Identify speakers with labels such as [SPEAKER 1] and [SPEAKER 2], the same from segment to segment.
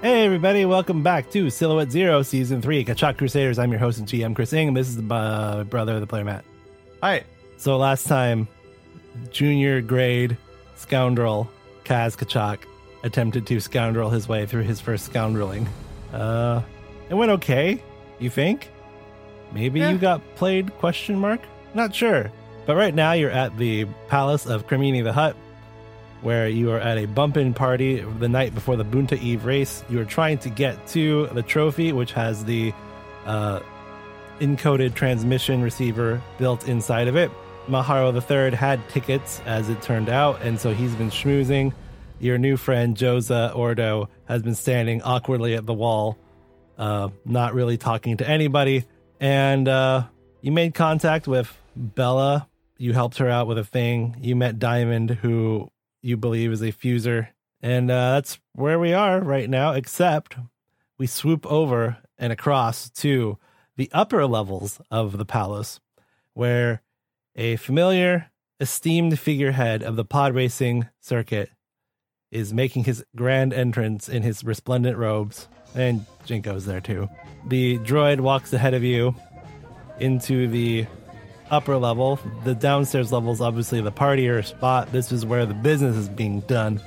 [SPEAKER 1] Hey everybody, welcome back to Silhouette Zero Season 3, Kachak Crusaders. I'm your host and GM Chris Ng, and this is the uh, brother of the player Matt.
[SPEAKER 2] Hi.
[SPEAKER 1] So last time, junior grade scoundrel Kaz Kachak attempted to scoundrel his way through his first scoundreling. Uh, it went okay, you think? Maybe
[SPEAKER 2] Yeah.
[SPEAKER 1] you got played? Question mark. Not sure. But right now you're at the palace of Cremini the Hut, where you are at a bump-in party the night before the Bunta Eve race. You are trying to get to the trophy, which has the uh, encoded transmission receiver built inside of it. Maharo III had tickets, as it turned out, and so he's been schmoozing. Your new friend, Joza Ordo, has been standing awkwardly at the wall, uh, not really talking to anybody. And uh, you made contact with Bella. You helped her out with a thing. You met Diamond, who you believe is a fuser. And uh, that's where we are right now, except we swoop over and across to the upper levels of the palace, where a familiar, esteemed figurehead of the pod racing circuit is making his grand entrance in his resplendent robes. And Jinko's there too. The droid walks ahead of you into the upper level. The downstairs level is obviously the partier spot. This is where the business is being done.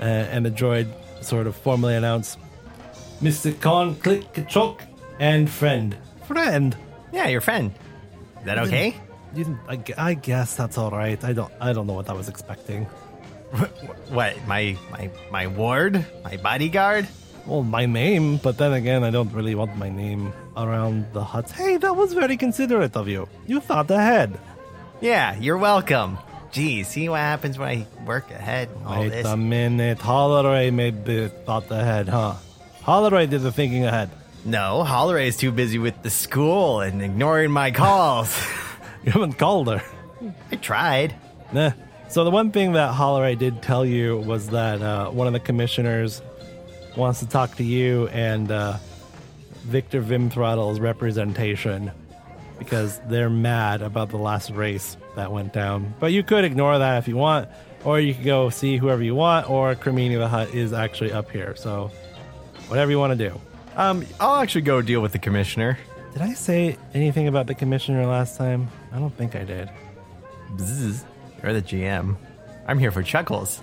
[SPEAKER 1] Uh, and the droid sort of formally announced Mr. Con Click Chalk and friend. Friend?
[SPEAKER 2] Yeah, your friend. Is that okay?
[SPEAKER 1] You, I, gu- I guess that's all right. I don't. I don't know what I was expecting.
[SPEAKER 2] What? My my my ward? My bodyguard?
[SPEAKER 1] Well, my name, but then again, I don't really want my name around the hut. Hey, that was very considerate of you. You thought ahead.
[SPEAKER 2] Yeah, you're welcome. Geez, see what happens when I work ahead and all
[SPEAKER 1] Wait
[SPEAKER 2] this.
[SPEAKER 1] a minute. Holleray made the thought ahead, huh? Holleray did the thinking ahead.
[SPEAKER 2] no, Holleray is too busy with the school and ignoring my calls.
[SPEAKER 1] You haven't called her.
[SPEAKER 2] I tried.
[SPEAKER 1] Nah. So the one thing that Holleray did tell you was that uh, one of the commissioners wants to talk to you and uh, Victor Vimthrottle's representation because they're mad about the last race that went down. But you could ignore that if you want, or you could go see whoever you want, or Cremini the Hut is actually up here. So whatever you want to do.
[SPEAKER 2] Um, I'll actually go deal with the commissioner.
[SPEAKER 1] Did I say anything about the commissioner last time? I don't think I did.
[SPEAKER 2] Bzzz. You're the GM. I'm here for chuckles.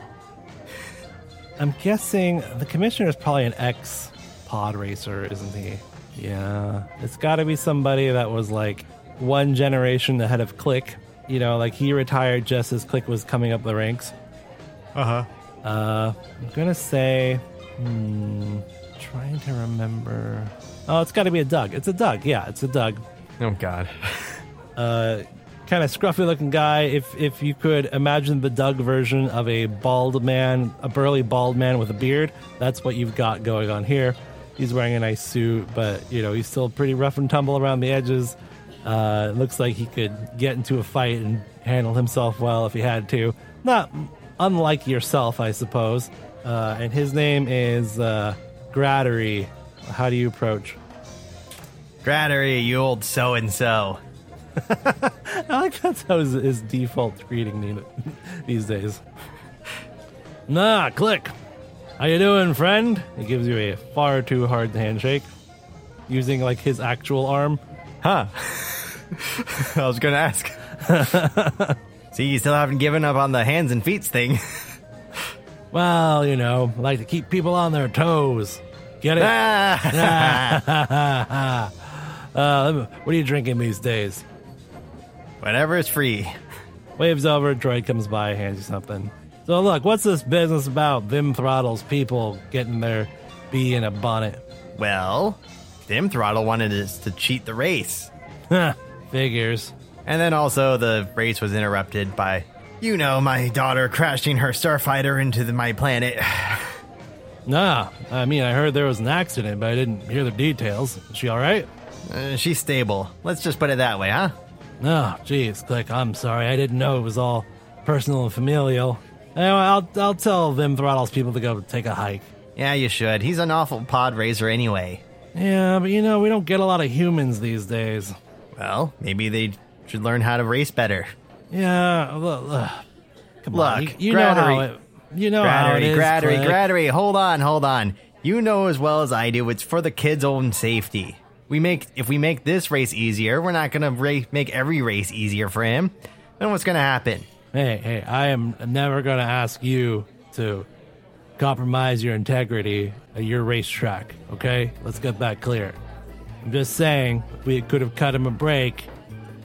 [SPEAKER 1] I'm guessing the commissioner is probably an ex pod racer, isn't he? Yeah. It's got to be somebody that was like one generation ahead of Click. You know, like he retired just as Click was coming up the ranks.
[SPEAKER 2] Uh huh.
[SPEAKER 1] Uh, I'm going to say, hmm, trying to remember. Oh, it's got to be a Doug. It's a Doug. Yeah, it's a Doug.
[SPEAKER 2] Oh God.
[SPEAKER 1] uh, kind of scruffy looking guy. If if you could imagine the Doug version of a bald man, a burly bald man with a beard, that's what you've got going on here. He's wearing a nice suit, but you know he's still pretty rough and tumble around the edges. Uh, it looks like he could get into a fight and handle himself well if he had to. Not unlike yourself, I suppose. Uh, and his name is uh, Grattery. How do you approach?
[SPEAKER 2] Grattery, you old so and so.
[SPEAKER 1] I like that's how his, his default greeting need- these days. Nah, click. How you doing, friend? He gives you a far too hard handshake, using like his actual arm.
[SPEAKER 2] Huh. I was going to ask. See, you still haven't given up on the hands and feet thing.
[SPEAKER 1] Well, you know, like to keep people on their toes. Get it?
[SPEAKER 2] Ah.
[SPEAKER 1] Uh, let me- what are you drinking these days?
[SPEAKER 2] Whatever is free.
[SPEAKER 1] Waves over, droid comes by, hands you something. So look, what's this business about Vim Throttles people getting their bee in a bonnet?
[SPEAKER 2] Well, Dim Throttle wanted us to cheat the race.
[SPEAKER 1] Huh, figures.
[SPEAKER 2] And then also, the race was interrupted by, you know, my daughter crashing her starfighter into the, my planet.
[SPEAKER 1] Nah, I mean, I heard there was an accident, but I didn't hear the details. Is she all right?
[SPEAKER 2] Uh, she's stable. Let's just put it that way, huh?
[SPEAKER 1] No, jeez, Click, I'm sorry. I didn't know it was all personal and familial. Anyway, I'll, I'll tell them Throttles people to go take a hike.
[SPEAKER 2] Yeah, you should. He's an awful pod raiser anyway.
[SPEAKER 1] Yeah, but you know, we don't get a lot of humans these days.
[SPEAKER 2] Well, maybe they should learn how to race better.
[SPEAKER 1] Yeah, look, look. Come on,
[SPEAKER 2] Look,
[SPEAKER 1] you, you know how
[SPEAKER 2] Grattery-
[SPEAKER 1] it, you know Oh, how it
[SPEAKER 2] Grattery,
[SPEAKER 1] is,
[SPEAKER 2] Grattery,
[SPEAKER 1] Click.
[SPEAKER 2] Grattery, hold on, hold on. You know as well as I do, it's for the kids' own safety. We make if we make this race easier, we're not gonna ra- make every race easier for him. Then what's gonna happen?
[SPEAKER 1] Hey, hey, I am never going to ask you to compromise your integrity at your racetrack, okay? Let's get that clear. I'm just saying, we could have cut him a break,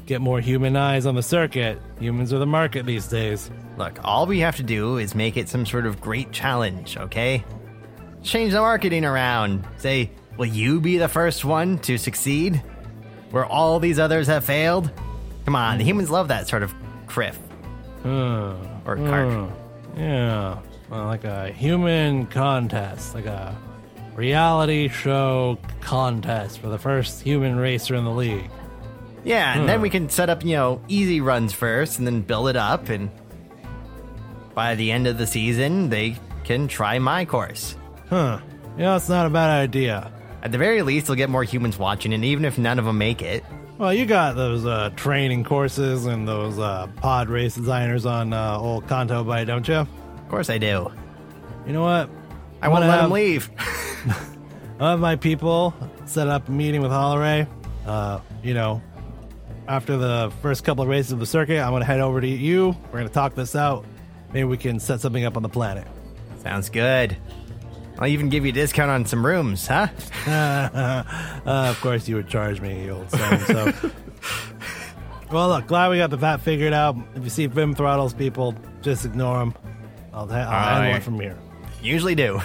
[SPEAKER 1] get more human eyes on the circuit. Humans are the market these days.
[SPEAKER 2] Look, all we have to do is make it some sort of great challenge, okay? Change the marketing around. Say, will you be the first one to succeed? Where all these others have failed? Come on, the humans love that sort of criff. or cark.
[SPEAKER 1] Hmm, yeah, well, like a human contest, like a reality show contest for the first human racer in the league.
[SPEAKER 2] Yeah, and then we can set up, you know, easy runs first and then build it up. And by the end of the season, they can try my course.
[SPEAKER 1] Huh. Yeah, it's not a bad idea.
[SPEAKER 2] At the very least, they'll get more humans watching it, even if none of them make it.
[SPEAKER 1] Well, you got those uh, training courses and those uh, pod race designers on uh, old Kanto Bay, don't you?
[SPEAKER 2] Of course, I do.
[SPEAKER 1] You know what?
[SPEAKER 2] I won't
[SPEAKER 1] Wanna
[SPEAKER 2] let
[SPEAKER 1] have-
[SPEAKER 2] them leave.
[SPEAKER 1] I'll have my people set up a meeting with Holloway. Uh, you know, after the first couple of races of the circuit, I'm going to head over to you. We're going to talk this out. Maybe we can set something up on the planet.
[SPEAKER 2] Sounds good. I'll even give you a discount on some rooms, huh?
[SPEAKER 1] Uh, of course, you would charge me, you old son. So, well, look, glad we got the fat figured out. If you see Vim throttles people, just ignore them. I'll, I'll handle
[SPEAKER 2] Aye.
[SPEAKER 1] it from here.
[SPEAKER 2] Usually do.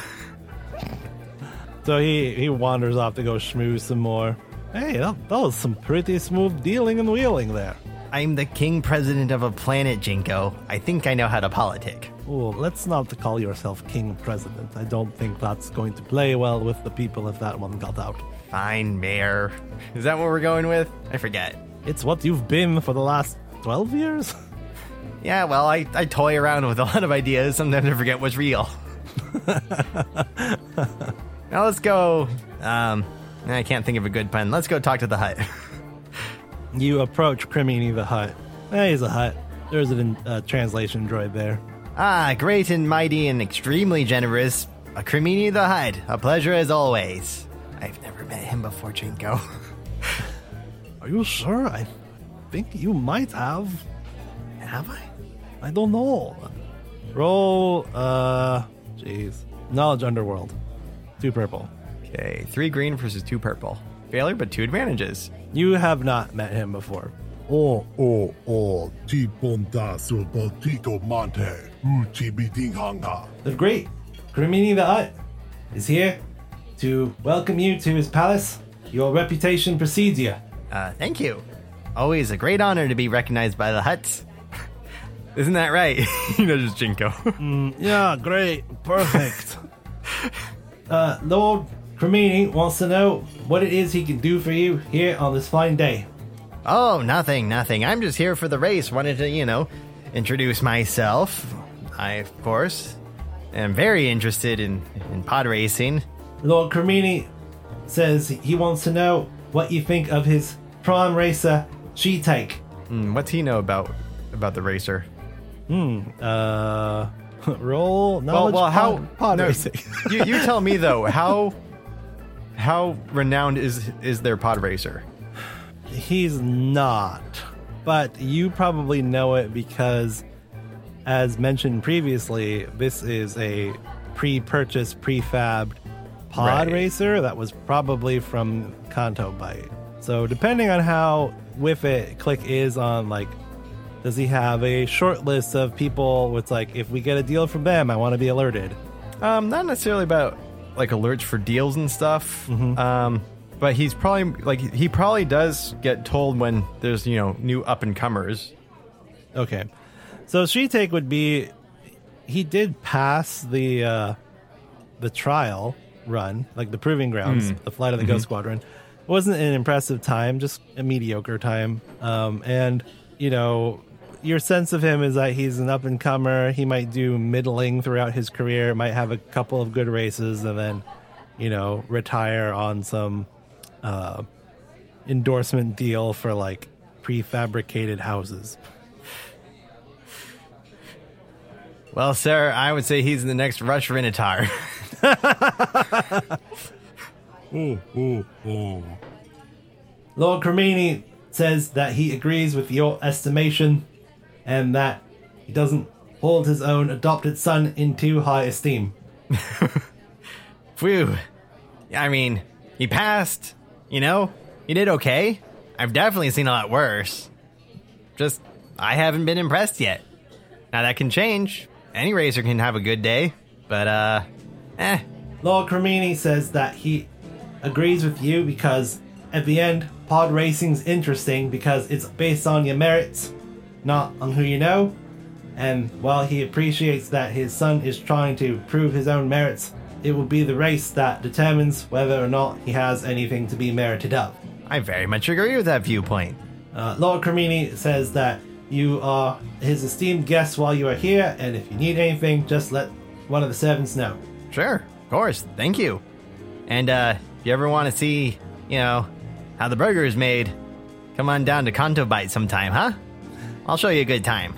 [SPEAKER 1] So he he wanders off to go schmooze some more. Hey, that, that was some pretty smooth dealing and wheeling there.
[SPEAKER 2] I'm the king president of a planet, Jinko. I think I know how to politic.
[SPEAKER 1] Ooh, let's not call yourself king president. I don't think that's going to play well with the people if that one got out.
[SPEAKER 2] Fine, mayor. Is that what we're going with? I forget.
[SPEAKER 1] It's what you've been for the last 12 years?
[SPEAKER 2] Yeah, well, I, I toy around with a lot of ideas. Sometimes I forget what's real. now let's go. Um, I can't think of a good pun. Let's go talk to the hut.
[SPEAKER 1] You approach Crimini the Hut. Hey, he's a hut. There's a uh, translation droid there.
[SPEAKER 2] ah, great and mighty and extremely generous. A Cremini the Hut. A pleasure as always. I've never met him before, Jinko.
[SPEAKER 1] Are you sure? I think you might have.
[SPEAKER 2] Have I?
[SPEAKER 1] I don't know. Roll, uh, jeez. Knowledge Underworld. Two purple.
[SPEAKER 2] Okay, three green versus two purple. Failure, but two advantages.
[SPEAKER 1] You have not met him before.
[SPEAKER 3] Oh, oh, oh, ti ponta sur tito monte, uchi biting hanga.
[SPEAKER 1] The great Grimini the Hut is here to welcome you to his palace. Your reputation precedes you.
[SPEAKER 2] Uh, thank you. Always a great honor to be recognized by the huts. Isn't that right? you know, just Jinko.
[SPEAKER 1] Yeah, great. Perfect. uh, Lord Grimini wants to know what it is he can do for you here on this fine day.
[SPEAKER 2] oh, nothing, nothing. I'm just here for the race. Wanted to, you know, introduce myself. I, of course, am very interested in, in pod racing.
[SPEAKER 1] Lord Grimini says he wants to know what you think of his prime racer, She Take.
[SPEAKER 2] Hmm, what's he know about about the racer?
[SPEAKER 1] Uh, roll
[SPEAKER 2] Well,
[SPEAKER 1] knowledge.
[SPEAKER 2] well, how?
[SPEAKER 1] pod- pod
[SPEAKER 2] no,
[SPEAKER 1] racing.
[SPEAKER 2] you, you tell me though. How how renowned is is their pod racer?
[SPEAKER 1] He's not. But you probably know it because, as mentioned previously, this is a pre purchase, prefabbed pod
[SPEAKER 2] Right.
[SPEAKER 1] racer that was probably from Kanto Byte. So, depending on how with it Click is on, like, does he have a short list of people with, like, if we get a deal from them, I want to be alerted?
[SPEAKER 2] Um, not necessarily about like alerts for deals and stuff. Um, but he's probably like he probably does get told when there's you know new up and comers.
[SPEAKER 1] Okay. So she take would be he did pass the uh the trial run, like the proving grounds, the flight of the ghost squadron. It wasn't an impressive time, just a mediocre time. Um and you know, your sense of him is that he's an up and comer. He might do middling throughout his career, might have a couple of good races and then, you know, retire on some uh endorsement deal for like prefabricated houses.
[SPEAKER 2] Well, sir, I would say he's the next Rush Renatar.
[SPEAKER 3] Oh, oh, oh.
[SPEAKER 1] Lord Cremini says that he agrees with your estimation and that he doesn't hold his own adopted son in too high esteem.
[SPEAKER 2] Phew. I mean, he passed. You know, he did okay. I've definitely seen a lot worse. Just, I haven't been impressed yet. Now that can change. Any racer can have a good day, but uh, eh.
[SPEAKER 1] Lord Cremini says that he agrees with you because at the end, pod racing's interesting because it's based on your merits, not on who you know. And while he appreciates that his son is trying to prove his own merits, it will be the race that determines whether or not he has anything to be merited of.
[SPEAKER 2] I very much agree with that viewpoint.
[SPEAKER 1] Uh, Lord Cremini says that you are his esteemed guest while you are here, and if you need anything, just let one of the servants know.
[SPEAKER 2] Sure, of course. Thank you. And uh, if you ever want to see, you know, how the burger is made, come on down to Kanto Bite sometime, huh? I'll show you a good time.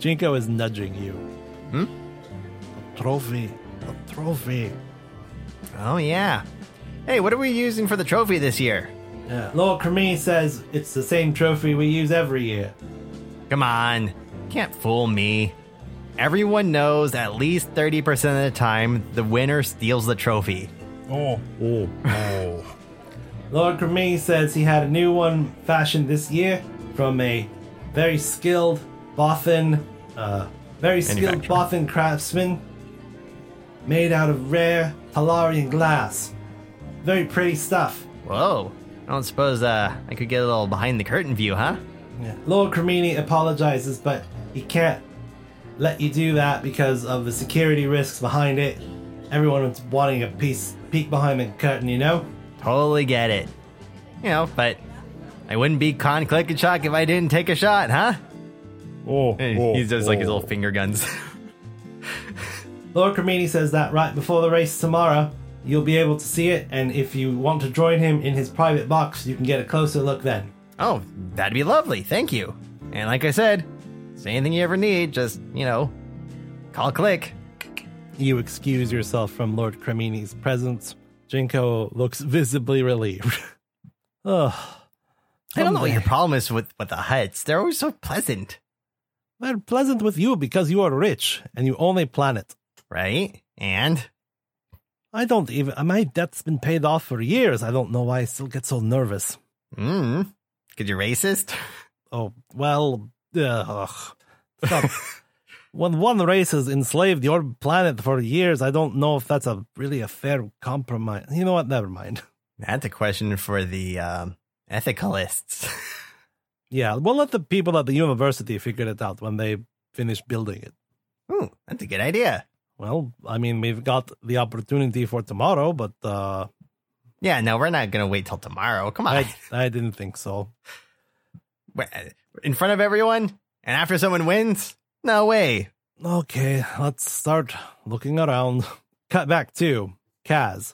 [SPEAKER 1] Jinko is nudging you. Hmm? A trophy. A trophy.
[SPEAKER 2] Oh yeah. Hey, what are we using for the trophy this year?
[SPEAKER 1] Uh, Lord Cremini says it's the same trophy we use every year.
[SPEAKER 2] Come on, can't fool me. Everyone knows at least 30% of the time the winner steals the trophy.
[SPEAKER 3] Oh, oh, oh.
[SPEAKER 1] Lord Cremini says he had a new one fashioned this year from a very skilled boffin, uh, very skilled
[SPEAKER 2] Manufacturer.
[SPEAKER 1] boffin craftsman made out of rare Talarian glass. Very pretty stuff.
[SPEAKER 2] Whoa. I don't suppose uh, I could get a little behind the curtain view, huh?
[SPEAKER 1] Yeah. Lord Cremini apologizes, but he can't let you do that because of the security risks behind it. Everyone was wanting a piece peek behind the curtain, you know?
[SPEAKER 2] Totally get it. You know, but I wouldn't be con click and shock if I didn't take a shot, huh?
[SPEAKER 3] Oh, oh,
[SPEAKER 2] He's just like his
[SPEAKER 3] oh.
[SPEAKER 2] little finger guns.
[SPEAKER 1] Lord Cremini says that right before the race tomorrow, you'll be able to see it, and if you want to join him in his private box, you can get a closer look then.
[SPEAKER 2] oh, that'd be lovely. Thank you. And like I said, it's anything you ever need, just, you know, call click.
[SPEAKER 1] You excuse yourself from Lord Cremini's presence. Jinko looks visibly relieved. Ugh.
[SPEAKER 2] I don't know what
[SPEAKER 1] Someday.
[SPEAKER 2] your problem is with, with the huts. They're always so pleasant,
[SPEAKER 1] They're pleasant with you because you are rich and you own a planet.
[SPEAKER 2] right? And
[SPEAKER 1] I don't even. My debt's been paid off for years. I don't know why I still get so nervous.
[SPEAKER 2] Mm. Because you're racist?
[SPEAKER 1] Oh, well. Ugh. Stop. when one race has enslaved your planet for years, I don't know if that's a really a fair compromise. You know what? Never mind.
[SPEAKER 2] That's a question for the um, ethicalists.
[SPEAKER 1] Yeah, we'll let the people at the university figure it out when they finish building it.
[SPEAKER 2] Ooh, that's a good idea.
[SPEAKER 1] Well, I mean, we've got the opportunity for tomorrow, but uh,
[SPEAKER 2] Yeah, no, we're not going to wait till tomorrow. Come on.
[SPEAKER 1] I, I didn't think so.
[SPEAKER 2] We're- In front of everyone? And after someone wins? No way.
[SPEAKER 1] Okay, let's start looking around. Cut back to Kaz.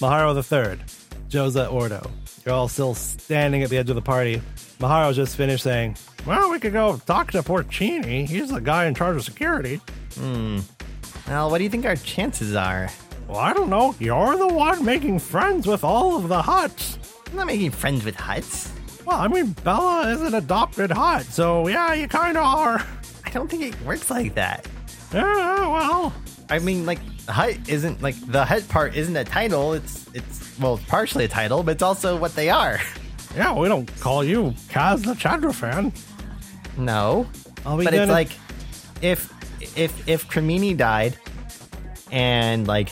[SPEAKER 1] Maharo the Third, Joza Ordo. You're all still standing at the edge of the party. Maharo just finished saying, Well, we could go talk to Porcini. He's the guy in charge of security.
[SPEAKER 2] Well, what do you think our chances are?
[SPEAKER 1] Well, I don't know. You're the one making friends with all of the huts.
[SPEAKER 2] I'm not making friends with huts.
[SPEAKER 1] Well, I mean, Bella is an adopted hut, so yeah, you kind of are.
[SPEAKER 2] I don't think it works like that.
[SPEAKER 1] Yeah, well.
[SPEAKER 2] I mean, like, hut isn't like the hut part isn't a title. It's it's well, it's partially a title, but it's also what they are.
[SPEAKER 1] Yeah, we don't call you Kaz the Chandra fan.
[SPEAKER 2] No.
[SPEAKER 1] Are we
[SPEAKER 2] but it's
[SPEAKER 1] gonna-
[SPEAKER 2] like if if if Cremini died and like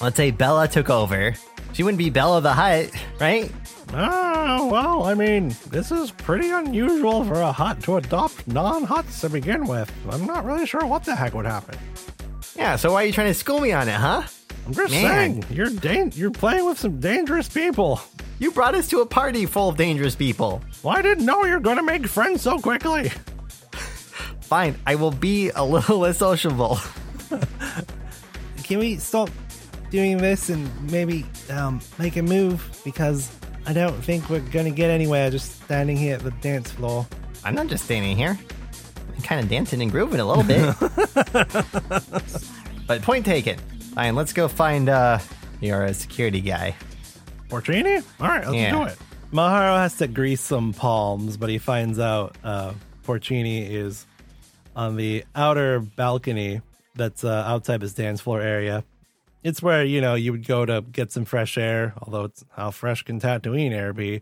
[SPEAKER 2] let's say Bella took over, she wouldn't be Bella the Hut, right?
[SPEAKER 1] Ah, well, I mean, this is pretty unusual for a hut to adopt non huts to begin with. I'm not really sure what the heck would happen.
[SPEAKER 2] Yeah, so why are you trying to school me on it, huh?
[SPEAKER 1] I'm just
[SPEAKER 2] Man.
[SPEAKER 1] saying, you're dan- you're playing with some dangerous people.
[SPEAKER 2] You brought us to a party full of dangerous people.
[SPEAKER 1] Well, I didn't know you're gonna make friends so quickly.
[SPEAKER 2] Fine, I will be a little less sociable.
[SPEAKER 1] Can we stop doing this and maybe um, make a move? Because I don't think we're gonna get anywhere just standing here at the dance floor.
[SPEAKER 2] I'm not just standing here. kind of dancing and grooving a little bit. but point taken. Ryan, let's go find uh, your security guy.
[SPEAKER 4] Portrini? All right, let's
[SPEAKER 2] Yeah.
[SPEAKER 4] do it. Maharo has to grease some palms, but he finds out uh, Porcini is on the outer balcony that's uh, outside his dance floor area. It's where, you know, you would go to get some fresh air, although it's how fresh can Tatooine air be?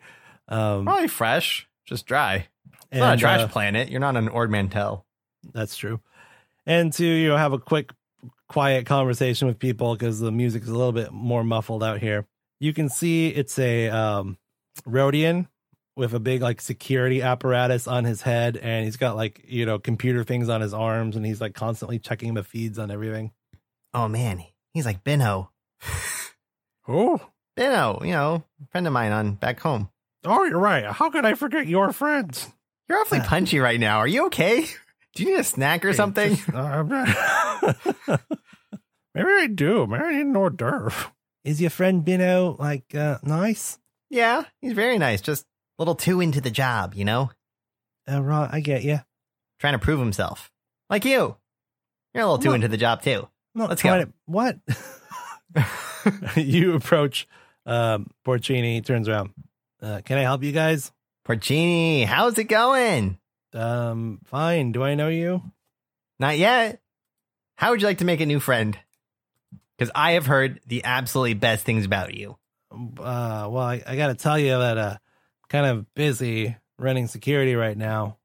[SPEAKER 4] Um,
[SPEAKER 2] Probably fresh, just dry. It's not a
[SPEAKER 4] and,
[SPEAKER 2] trash
[SPEAKER 4] uh,
[SPEAKER 2] planet. You're not an Ord Mantell.
[SPEAKER 4] That's true. And to, you know, have a quick, quiet conversation with people because the music is a little bit more muffled out here. You can see it's a um, Rodian with a big, like, security apparatus on his head. And he's got, like, you know, computer things on his arms. And he's, like, constantly checking the feeds on everything.
[SPEAKER 2] Oh man, he's like Benno.
[SPEAKER 4] Oh,
[SPEAKER 2] Benno, you know, friend of mine on back home.
[SPEAKER 4] oh, you're right. How could I forget your friends?
[SPEAKER 2] You're awfully
[SPEAKER 4] Uh.
[SPEAKER 2] punchy right now. Are you okay? Do you need a snack or something?
[SPEAKER 4] Uh, Maybe I do. Maybe I need an hors d'oeuvre. Is your friend Bino, like, uh, nice?
[SPEAKER 2] yeah, he's very nice. Just a little too into the job, you know?
[SPEAKER 4] Uh, right, I get you.
[SPEAKER 2] Trying to prove himself. Like you. You're a little too
[SPEAKER 4] No.
[SPEAKER 2] into the job too.
[SPEAKER 4] not
[SPEAKER 2] Let's
[SPEAKER 4] trying
[SPEAKER 2] go.
[SPEAKER 4] to- what? you approach um, Porcini. He turns around. Uh, can I help you guys?
[SPEAKER 2] Porcini, how's it going?
[SPEAKER 4] Um, fine. Do I know you?
[SPEAKER 2] Not yet. How would you like to make a new friend? Because I have heard the absolutely best things about you.
[SPEAKER 4] Uh, well, I, I got to tell you that uh, kind of busy running security right now.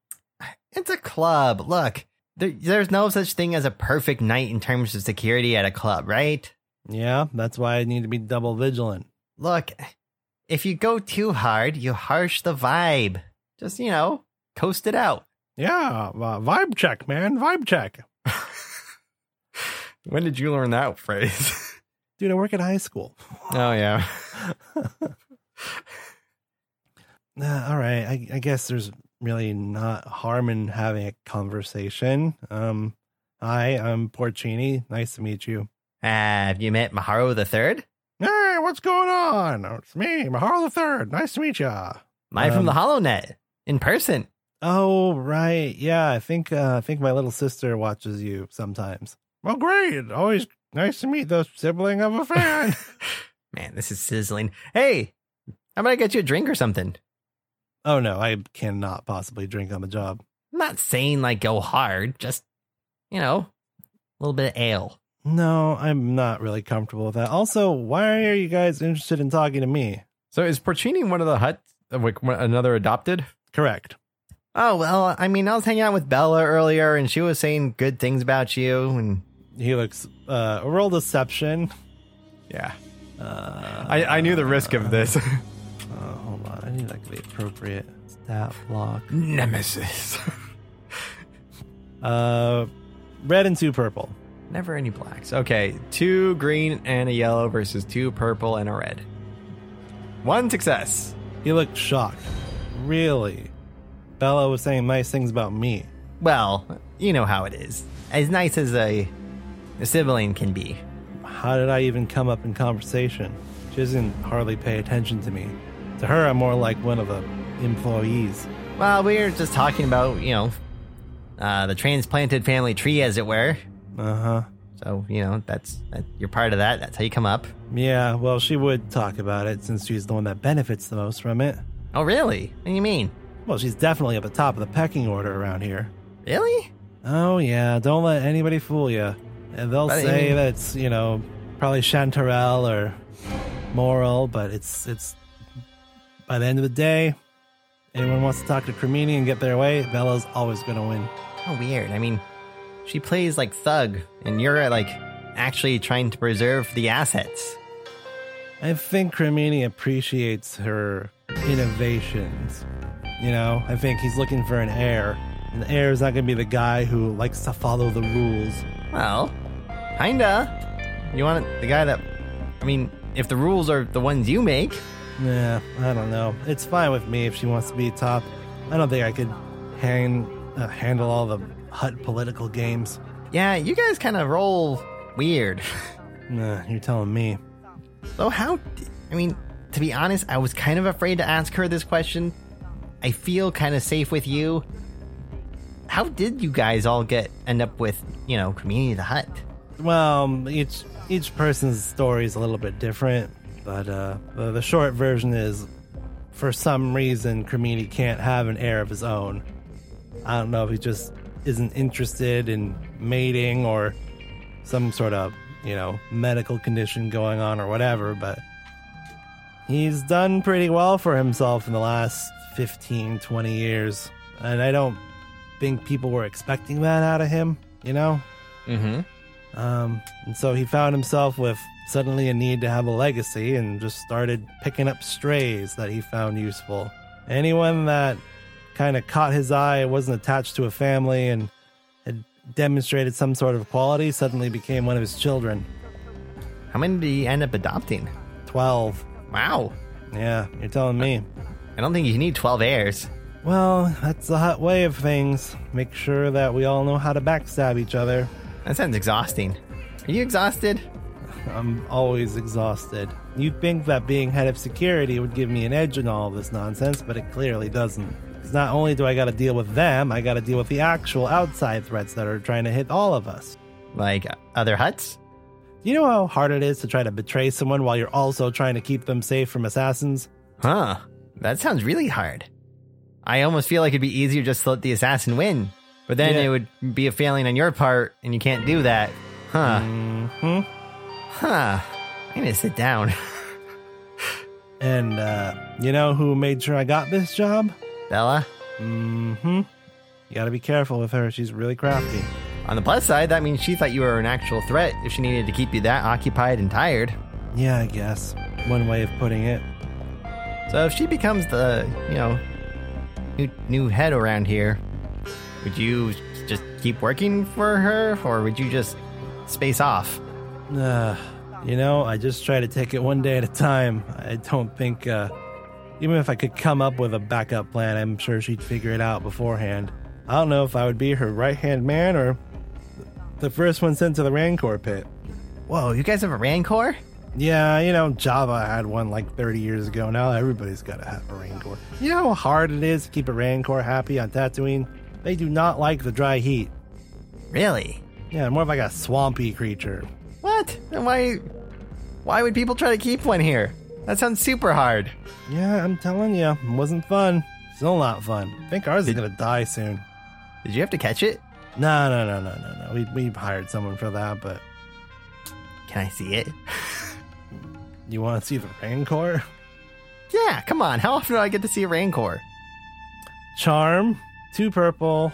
[SPEAKER 2] It's a club. Look, there, there's no such thing as a perfect night in terms of security at a club, right?
[SPEAKER 4] Yeah, that's why I need to be double vigilant.
[SPEAKER 2] Look, if you go too hard, you harsh the vibe. Just, you know, coast it out.
[SPEAKER 4] Yeah, uh, vibe check, man. Vibe check.
[SPEAKER 2] When did you learn that phrase?
[SPEAKER 4] Dude, I work at high school.
[SPEAKER 2] oh, yeah.
[SPEAKER 4] Uh, all right. I, I guess there's really not harm in having a conversation. Um, hi, I'm Porcini. Nice to meet you.
[SPEAKER 2] have you met Maharo the Third?
[SPEAKER 4] Hey, what's going on? Oh, It's me, Maharo the Third. Nice to meet ya.
[SPEAKER 2] Live
[SPEAKER 4] Um,
[SPEAKER 2] from the HoloNet in person.
[SPEAKER 4] Oh, right. Yeah, I think uh, I think my little sister watches you sometimes. Well, great. Always nice to meet the sibling of a fan.
[SPEAKER 2] Man, this is sizzling. Hey, how about I get you a drink or something?
[SPEAKER 4] oh no, I cannot possibly drink on the job.
[SPEAKER 2] I'm not saying like go hard, just, you know, a little bit of ale.
[SPEAKER 4] No, I'm not really comfortable with that. Also, why are you guys interested in talking to me?
[SPEAKER 1] So is Porcini one of the hut, like one- another adopted?
[SPEAKER 4] Correct.
[SPEAKER 2] Oh, well, I mean, I was hanging out with Bella earlier and she was saying good things about you. And
[SPEAKER 4] He looks uh roll deception.
[SPEAKER 1] Yeah,
[SPEAKER 4] Uh
[SPEAKER 1] I, I knew the risk of this.
[SPEAKER 4] uh, hold on. I need like the appropriate stat block.
[SPEAKER 1] Nemesis.
[SPEAKER 4] Uh red and two purple.
[SPEAKER 1] Never any blacks. Okay, two green and a yellow versus two purple and a red. One success.
[SPEAKER 4] He looked shocked. Really? Bella was saying nice things about me.
[SPEAKER 2] well, you know how it is. As nice as a, a sibling can be.
[SPEAKER 4] How did I even come up in conversation? She doesn't hardly pay attention to me. To her, I'm more like one of the employees.
[SPEAKER 2] Well, we were just talking about, you know, uh, the transplanted family tree, as it were.
[SPEAKER 4] Uh huh.
[SPEAKER 2] So, you know, that's that, you're part of that. That's how you come up.
[SPEAKER 4] Yeah, well, she would talk about it since she's the one that benefits the most from it.
[SPEAKER 2] Oh, really? What do you mean?
[SPEAKER 4] Well, she's definitely at the top of the pecking order around here.
[SPEAKER 2] Really?
[SPEAKER 4] Oh, yeah, don't let anybody fool you. And they'll
[SPEAKER 2] But I
[SPEAKER 4] say
[SPEAKER 2] mean-
[SPEAKER 4] that it's, you know, probably Chanterelle or Moral, but it's, it's, by the end of the day, anyone wants to talk to Cremini and get their way, Bella's always going to win.
[SPEAKER 2] How weird. I mean, she plays like thug, and you're uh, like actually trying to preserve the assets.
[SPEAKER 4] I think Cremini appreciates her innovations. You know, I think he's looking for an heir. And the heir is not going to be the guy who likes to follow the rules.
[SPEAKER 2] Well, kinda. You want the guy that. I mean, if the rules are the ones you make,
[SPEAKER 4] Nah, I don't know. It's fine with me if she wants to be top. I don't think I could hang, uh, handle all the hut political games.
[SPEAKER 2] yeah, you guys kind of roll weird.
[SPEAKER 4] Nah, you're telling me.
[SPEAKER 2] So how? d- I mean, to be honest, I was kind of afraid to ask her this question. I feel kind of safe with you. how did you guys all get end up with you know community the hut?
[SPEAKER 4] Well, um, each each person's story is a little bit different, but uh, the, the short version is, for some reason, Cremini can't have an heir of his own. I don't know if he just isn't interested in mating or some sort of you know medical condition going on or whatever, but he's done pretty well for himself in the last 15, 20 years, and I don't think people were expecting that out of him. You know.
[SPEAKER 1] Mm-hmm.
[SPEAKER 4] Um, and so he found himself with suddenly a need to have a legacy and just started picking up strays that he found useful. Anyone that kind of caught his eye, wasn't attached to a family, and had demonstrated some sort of quality suddenly became one of his children.
[SPEAKER 2] How many did you end up adopting?
[SPEAKER 4] 12.
[SPEAKER 2] Wow,
[SPEAKER 4] Yeah, you're telling me.
[SPEAKER 2] I don't think you need twelve heirs.
[SPEAKER 4] Well, that's the hot way of things. Make sure that we all know how to backstab each other.
[SPEAKER 2] That sounds exhausting. Are you exhausted?
[SPEAKER 4] I'm always exhausted. You'd think that being head of security would give me an edge in all this nonsense, but it clearly doesn't. Because not only do I gotta deal with them, I gotta deal with the actual outside threats that are trying to hit all of us.
[SPEAKER 2] Like other huts?
[SPEAKER 4] Do you know how hard it is to try to betray someone while you're also trying to keep them safe from assassins?
[SPEAKER 2] Huh. That sounds really hard. I almost feel like it'd be easier just to let the assassin win. But then
[SPEAKER 4] Yeah.
[SPEAKER 2] it would be a failing on your part, and you can't do that. Huh.
[SPEAKER 4] hmm
[SPEAKER 2] Huh. I need to sit down.
[SPEAKER 4] And, uh, you know who made sure I got this job?
[SPEAKER 2] Bella,
[SPEAKER 4] hmm. You gotta be careful with her, she's really crafty.
[SPEAKER 2] on the plus side, that means she thought you were an actual threat if she needed to keep you that occupied and tired.
[SPEAKER 4] Yeah, I guess. One way of putting it.
[SPEAKER 2] So if she becomes the, you know, new, new head around here, would you just keep working for her, or would you just space off?
[SPEAKER 4] Uh, you know, I just try to take it one day at a time. I don't think, uh, even if I could come up with a backup plan, I'm sure she'd figure it out beforehand. I don't know if I would be her right hand man or the first one sent to the Rancor pit.
[SPEAKER 2] Whoa, you guys have a Rancor?
[SPEAKER 4] Yeah, you know, Java had one like 30 years ago. Now everybody's got to have a Rancor. You know how hard it is to keep a Rancor happy on Tatooine? They do not like the dry heat.
[SPEAKER 2] Really?
[SPEAKER 4] Yeah, more of like a swampy creature.
[SPEAKER 2] What? Then why? Why would people try to keep one here? That sounds super hard.
[SPEAKER 4] Yeah, I'm telling you, it wasn't fun. Still not fun. I think ours is gonna die soon.
[SPEAKER 2] Did you have to catch it?
[SPEAKER 4] No, no, no, no, no, no. We we hired someone for that, but
[SPEAKER 2] Can I see it?
[SPEAKER 4] you want to see the Rancor
[SPEAKER 2] Yeah, come on. How often do I get to see a Rancor?
[SPEAKER 4] charm? Two purple,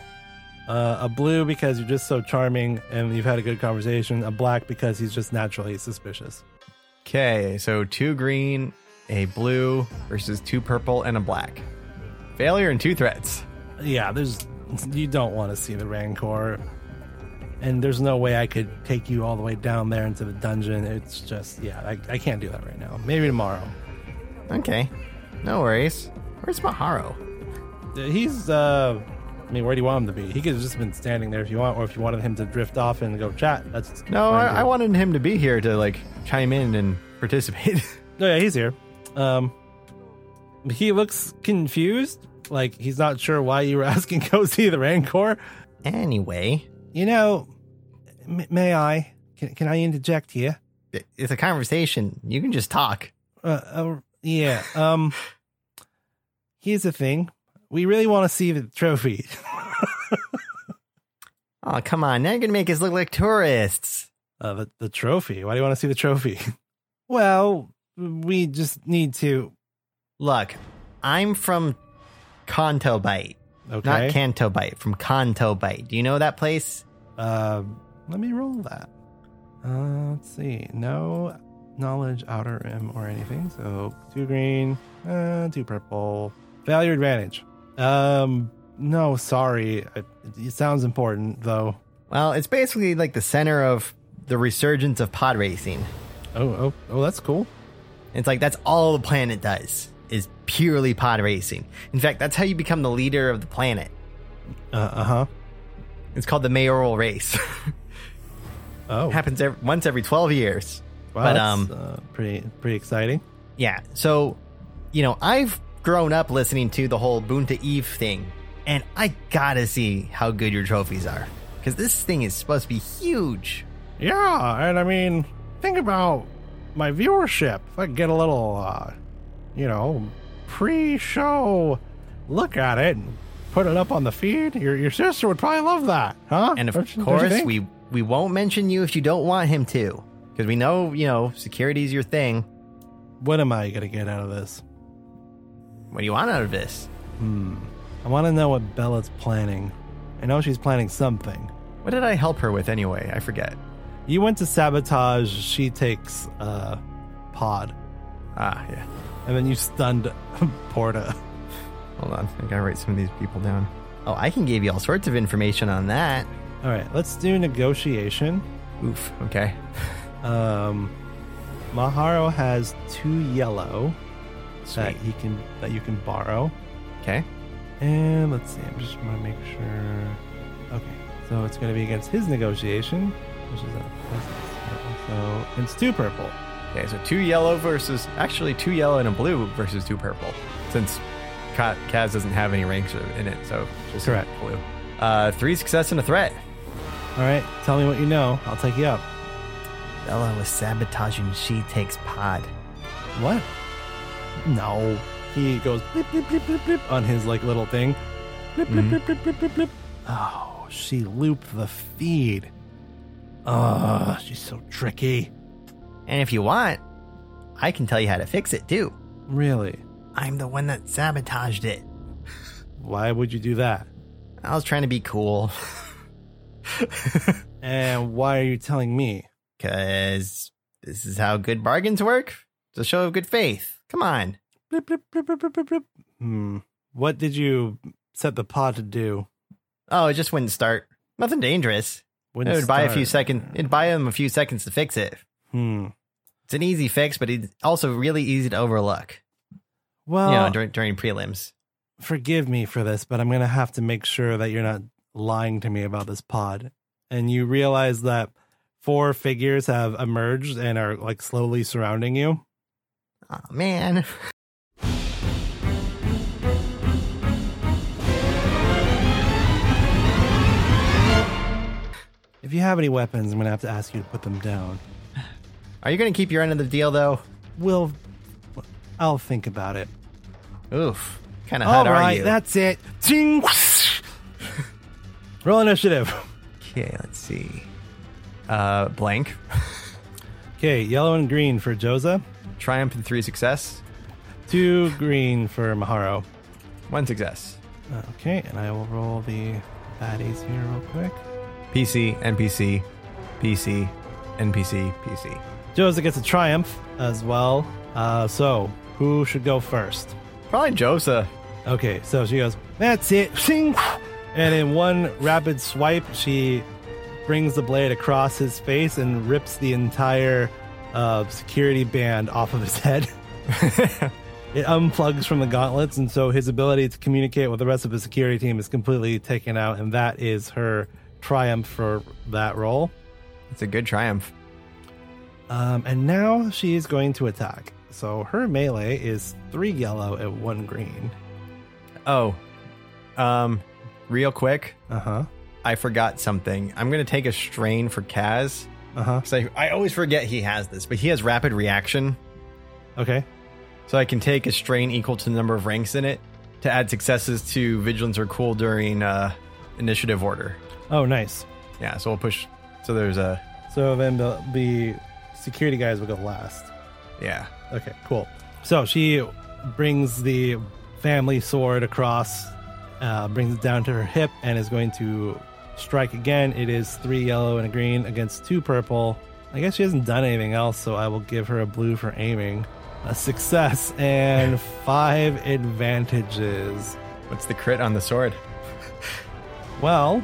[SPEAKER 4] uh, a blue because you're just so charming and you've had a good conversation. A black because he's just naturally suspicious.
[SPEAKER 1] Okay, so two green, a blue versus two purple and a black. Failure and two threats.
[SPEAKER 4] Yeah, there's you don't want to see the Rancor, and there's no way I could take you all the way down there into the dungeon. It's just yeah, I, I can't do that right now. Maybe tomorrow.
[SPEAKER 2] Okay, no worries. Where's Maharo?
[SPEAKER 4] He's, uh, I mean, where do you want him to be? He could have just been standing there if you want, or if you wanted him to drift off and go chat. That's
[SPEAKER 1] No,
[SPEAKER 4] fine,
[SPEAKER 1] I,
[SPEAKER 4] too.
[SPEAKER 1] I wanted him to be here to like chime in and participate.
[SPEAKER 4] No, yeah, he's here. Um, he looks confused, like he's not sure why you were asking Cozy the Rancor.
[SPEAKER 2] Anyway,
[SPEAKER 4] You know, m- may I? Can, can I interject here?
[SPEAKER 2] i- it's a conversation. You can just talk.
[SPEAKER 4] Uh, uh yeah. Um, here's the thing. We really want to see the trophy.
[SPEAKER 2] Oh, come on. Now you're gonna make us look like tourists.
[SPEAKER 4] Uh, the, the trophy. Why do you want to see the trophy? well, we just need to.
[SPEAKER 2] Look, I'm from Kanto Bite,
[SPEAKER 4] Okay.
[SPEAKER 2] not Canto Bite. From Kanto Bite. Do you know that place?
[SPEAKER 4] Uh, let me roll that. Uh, let's see. No knowledge, outer rim, or anything. So two green, uh, two purple. Value advantage. Um, no, sorry. It, it sounds important though.
[SPEAKER 2] Well, it's basically like the center of the resurgence of pod racing.
[SPEAKER 4] Oh, oh, oh, that's cool.
[SPEAKER 2] It's like that's all the planet does is purely pod racing. In fact, that's how you become the leader of the planet.
[SPEAKER 4] Uh huh.
[SPEAKER 2] It's called the mayoral race.
[SPEAKER 4] Oh,
[SPEAKER 2] Happens ev once every 12 years.
[SPEAKER 4] wow,
[SPEAKER 2] but,
[SPEAKER 4] that's,
[SPEAKER 2] um,
[SPEAKER 4] uh, pretty pretty exciting.
[SPEAKER 2] Yeah. So, you know, I've grown up listening to the whole Boon to Eve thing And I gotta see how good your trophies are. Because this thing is supposed to be huge.
[SPEAKER 4] Yeah, and I mean, think about my viewership. If I could get a little, uh, you know, pre-show look at it and put it up on the feed, your your sister would probably love that, huh?
[SPEAKER 2] And of
[SPEAKER 4] Don't you- don't you
[SPEAKER 2] course,
[SPEAKER 4] think?
[SPEAKER 2] we, we won't mention you if you don't want him to. Because we know, you know, security's your thing.
[SPEAKER 4] What am I gonna get out of this?
[SPEAKER 2] What do you want out of this?
[SPEAKER 4] I want to know what Bella's planning. I know she's planning something.
[SPEAKER 1] What did I help her with anyway? I forget.
[SPEAKER 4] You went to sabotage. She takes uh, Pod,
[SPEAKER 1] Ah, yeah.
[SPEAKER 4] and then you stunned Porta.
[SPEAKER 1] Hold on. I gotta write some of these people down.
[SPEAKER 2] Oh, I can give you all sorts of information on that.
[SPEAKER 4] All right, let's do negotiation.
[SPEAKER 1] Oof. Okay.
[SPEAKER 4] Um, Maharo has two yellow that
[SPEAKER 1] Sweet.
[SPEAKER 4] he can that you can borrow,
[SPEAKER 1] Okay.
[SPEAKER 4] and let's see. I'm just gonna make sure. Okay, so it's gonna be against his negotiation, which is a plus six. so and it's two purple.
[SPEAKER 1] Okay, so two yellow versus actually two yellow and a blue versus two purple. Since Ka- Kaz doesn't have any ranks in it, so just
[SPEAKER 4] Correct.
[SPEAKER 1] blue. Uh, three success and a threat.
[SPEAKER 4] All right, tell me what you know. I'll take you up.
[SPEAKER 2] Bella was sabotaging. She takes pod.
[SPEAKER 4] What? No. He goes blip blip blip blip blip on his like little thing. Blip blip
[SPEAKER 2] Mm-hmm.
[SPEAKER 4] blip blip blip blip blip. Oh, she looped the feed. Oh, she's so tricky.
[SPEAKER 2] And if you want, I can tell you how to fix it too.
[SPEAKER 4] Really?
[SPEAKER 2] I'm the one that sabotaged it.
[SPEAKER 4] Why would you do that?
[SPEAKER 2] I was trying to be cool.
[SPEAKER 4] And why are you telling me?
[SPEAKER 2] Because this is how good bargains work. It's a show of good faith. Come on.
[SPEAKER 4] Blip blip blip blip blip blip blip. Hmm. What did you set the pod to do?
[SPEAKER 2] Oh, it just wouldn't start. Nothing dangerous.
[SPEAKER 4] Wouldn't
[SPEAKER 2] it would buy a few
[SPEAKER 4] start.
[SPEAKER 2] seconds. It'd buy him a few seconds to fix it.
[SPEAKER 4] Hmm.
[SPEAKER 2] It's an easy fix, but it's also really easy to overlook.
[SPEAKER 4] Well,
[SPEAKER 2] you know, during, during prelims.
[SPEAKER 4] forgive me for this, but I'm going to have to make sure that you're not lying to me about this pod. And you realize that four figures have emerged and are like slowly surrounding you.
[SPEAKER 2] Oh man.
[SPEAKER 4] If you have any weapons, I'm going to have to ask you to put them down.
[SPEAKER 2] Are you going to keep your end of the deal though?
[SPEAKER 4] We'll. I'll think about it.
[SPEAKER 2] Oof. Kind of
[SPEAKER 4] All
[SPEAKER 2] hot are
[SPEAKER 4] right,
[SPEAKER 2] you?
[SPEAKER 4] that's it. Ting! Roll initiative.
[SPEAKER 1] Okay, let's see. Uh, blank.
[SPEAKER 4] Okay, yellow and green for Joza,
[SPEAKER 1] Triumph and three success.
[SPEAKER 4] two green for Maharo.
[SPEAKER 1] One success.
[SPEAKER 4] Okay, and I will roll the baddies here real quick.
[SPEAKER 1] PC, NPC, PC, NPC, PC.
[SPEAKER 4] Joseph gets a triumph as well. Uh, so, who should go first?
[SPEAKER 1] Probably Josa.
[SPEAKER 4] Okay, so she goes, That's it. Shing! And in one rapid swipe, she brings the blade across his face and rips the entire uh, security band off of his head. it unplugs from the gauntlets, and so his ability to communicate with the rest of his security team is completely taken out, and that is her triumph for that role.
[SPEAKER 1] It's a good triumph.
[SPEAKER 4] Um, and now she is going to attack. So her melee is three yellow and one green.
[SPEAKER 1] Oh, um, real quick,
[SPEAKER 4] Uh huh.
[SPEAKER 1] I forgot something. I'm gonna take a strain for Kaz.
[SPEAKER 4] Uh huh.
[SPEAKER 1] So I, I always forget he has this, but he has rapid reaction.
[SPEAKER 4] Okay.
[SPEAKER 1] So I can take a strain equal to the number of ranks in it to add successes to vigilance or cool during uh, initiative order.
[SPEAKER 4] Oh, nice.
[SPEAKER 1] Yeah, so we'll push. So there's a
[SPEAKER 4] So then the, the security guys will go last.
[SPEAKER 1] yeah.
[SPEAKER 4] Okay, cool. So she brings the family sword across, uh, brings it down to her hip, and is going to strike again. It is three yellow and a green against two purple. I guess she hasn't done anything else, so I will give her a blue for aiming. A success and five advantages.
[SPEAKER 1] What's the crit on the sword?
[SPEAKER 4] Well,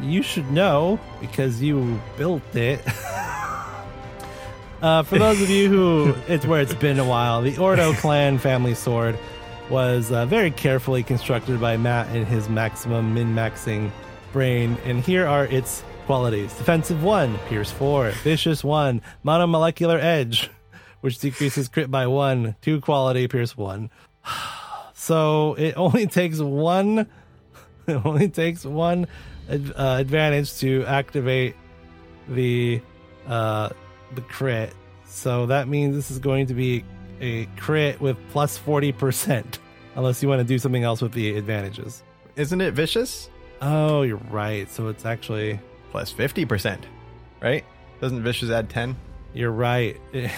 [SPEAKER 4] you should know because you built it. uh, for those of you who, it's where it's been a while, the Ordo clan family sword was uh, very carefully constructed by Matt and his maximum min maxing brain. And here are its qualities Defensive 1, Pierce 4, Vicious 1, Monomolecular Edge, which decreases crit by 1, 2 quality, Pierce 1. So it only takes one It only takes one ad- uh, advantage to activate the uh, the crit. So that means this is going to be a crit with plus forty percent, unless you want to do something else with the advantages.
[SPEAKER 2] Isn't it vicious?
[SPEAKER 4] Oh, you're right. So it's actually
[SPEAKER 2] Plus 50%, right? Doesn't vicious add 10?
[SPEAKER 4] you're right. This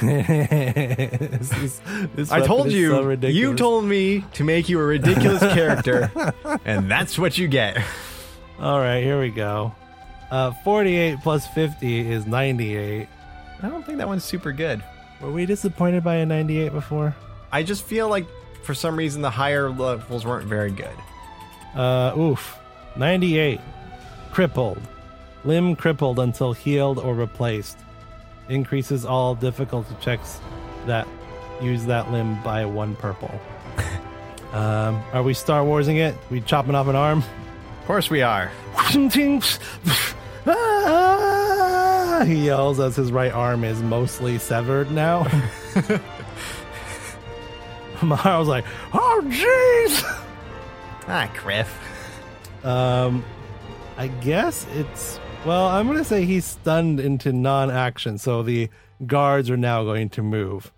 [SPEAKER 4] is- this
[SPEAKER 2] I
[SPEAKER 4] weapon
[SPEAKER 2] told
[SPEAKER 4] is
[SPEAKER 2] you.
[SPEAKER 4] so ridiculous.
[SPEAKER 2] you told me to make you a ridiculous character, and that's what you get.
[SPEAKER 4] All right, here we go. Uh, forty-eight plus fifty is ninety-eight.
[SPEAKER 2] I don't think that one's super good.
[SPEAKER 4] Were we disappointed by a 98 before?
[SPEAKER 2] I just feel like for some reason the higher levels weren't very good.
[SPEAKER 4] Uh, oof. 98. Crippled. Limb crippled until healed or replaced. Increases all difficulty checks that use that limb by one purple. um, are we Star Warsing it? We chopping off an arm?
[SPEAKER 2] Of course we are.
[SPEAKER 4] Ah! he yells as his right arm is mostly severed now. Maharo's like, oh jeez!
[SPEAKER 5] Ah, Griff.
[SPEAKER 4] Um, I guess it's well. I'm gonna say he's stunned into non-action, so the guards are now going to move.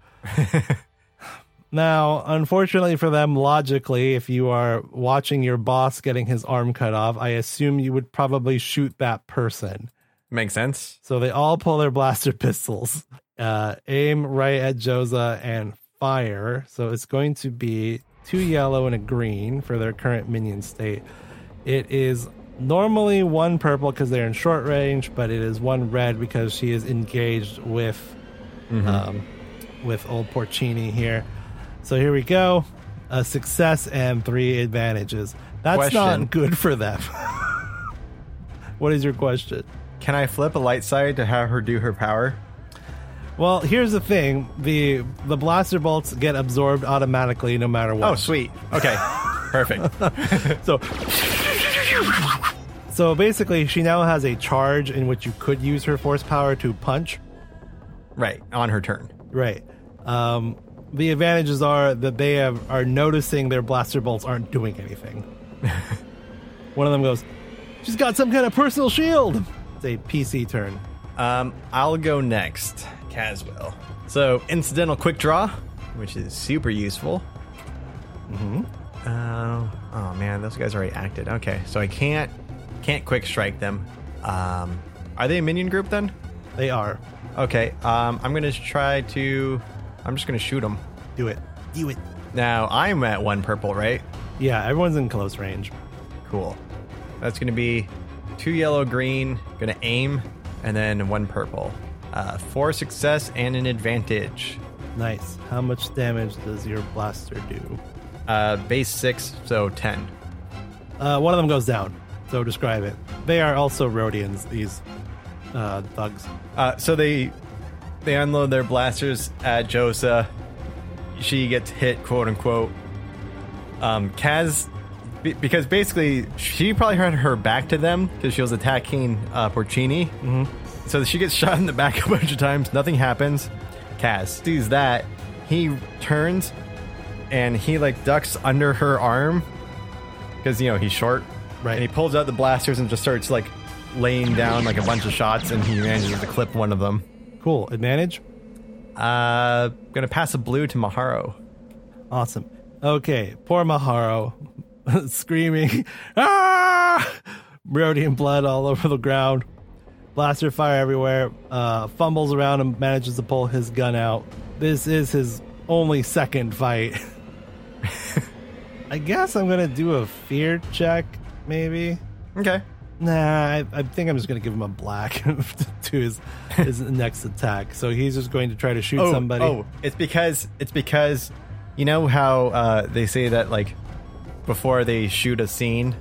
[SPEAKER 4] now, unfortunately for them, logically, if you are watching your boss getting his arm cut off, I assume you would probably shoot that person.
[SPEAKER 2] Makes sense.
[SPEAKER 4] So they all pull their blaster pistols, uh, aim right at Joza and fire. So it's going to be two yellow and a green for their current minion state. It is normally one purple because they're in short range, but it is one red because she is engaged with um, with old Porcini here. So here we go. A success and three advantages. That's
[SPEAKER 2] Question.
[SPEAKER 4] not good for them. what is your question?
[SPEAKER 2] Can I flip a light side to have her do her power?
[SPEAKER 4] Well, here's the thing: the the blaster bolts get absorbed automatically no matter
[SPEAKER 2] Oh,
[SPEAKER 4] what.
[SPEAKER 2] sweet. Okay. Perfect.
[SPEAKER 4] so so basically, she now has a charge in which you could use her force power to punch.
[SPEAKER 2] Right. On her turn.
[SPEAKER 4] Right. Um, the advantages are that they have, are noticing their blaster bolts aren't doing anything. One of them goes, "She's got some kind of personal shield." It's a PC turn.
[SPEAKER 2] Um, I'll go next. Caswell. So, incidental quick draw, which is super useful. Mm-hmm. Uh, oh man, those guys already acted. Okay, so I can't can't quick strike them. Um, are they a minion group then?
[SPEAKER 4] They are.
[SPEAKER 2] Okay. Um, I'm gonna try to. I'm just gonna shoot them.
[SPEAKER 4] Do it. Do it.
[SPEAKER 2] Now I'm at one purple, right?
[SPEAKER 4] Yeah, everyone's in close range.
[SPEAKER 2] Cool. That's gonna be two yellow, green. Gonna aim, and then one purple. Uh, four success and an advantage.
[SPEAKER 4] Nice. How much damage does your blaster do?
[SPEAKER 2] Uh, base six, so ten.
[SPEAKER 4] Uh, one of them goes down. So describe it. They are also Rhodians, these uh, thugs.
[SPEAKER 2] Uh, so they they unload their blasters at Josa. She gets hit, quote unquote. Um, Kaz, be- because basically she probably had her back to them because she was attacking uh, Porcini. Mm-hmm. So she gets shot in the back a bunch of times. Nothing happens. Kaz sees that. He turns and he like ducks under her arm because you know he's short.
[SPEAKER 4] Right.
[SPEAKER 2] And he pulls out the blasters and just starts like laying down like a bunch of shots, and he manages to clip one of them.
[SPEAKER 4] Cool. Advantage?
[SPEAKER 2] Uh, gonna pass a blue to Maharo.
[SPEAKER 4] Awesome. Okay. Poor Maharo screaming. ah! Rhodian blood all over the ground. Blaster fire everywhere. Uh, fumbles around and manages to pull his gun out. This is his only second fight. I guess I'm going to do a fear check, maybe.
[SPEAKER 2] Okay.
[SPEAKER 4] Nah, I, I think I'm just gonna give him a black to his his next attack. So he's just going to try to shoot
[SPEAKER 2] Oh,
[SPEAKER 4] somebody.
[SPEAKER 2] oh, it's because it's because you know how uh, they say that like before they shoot a scene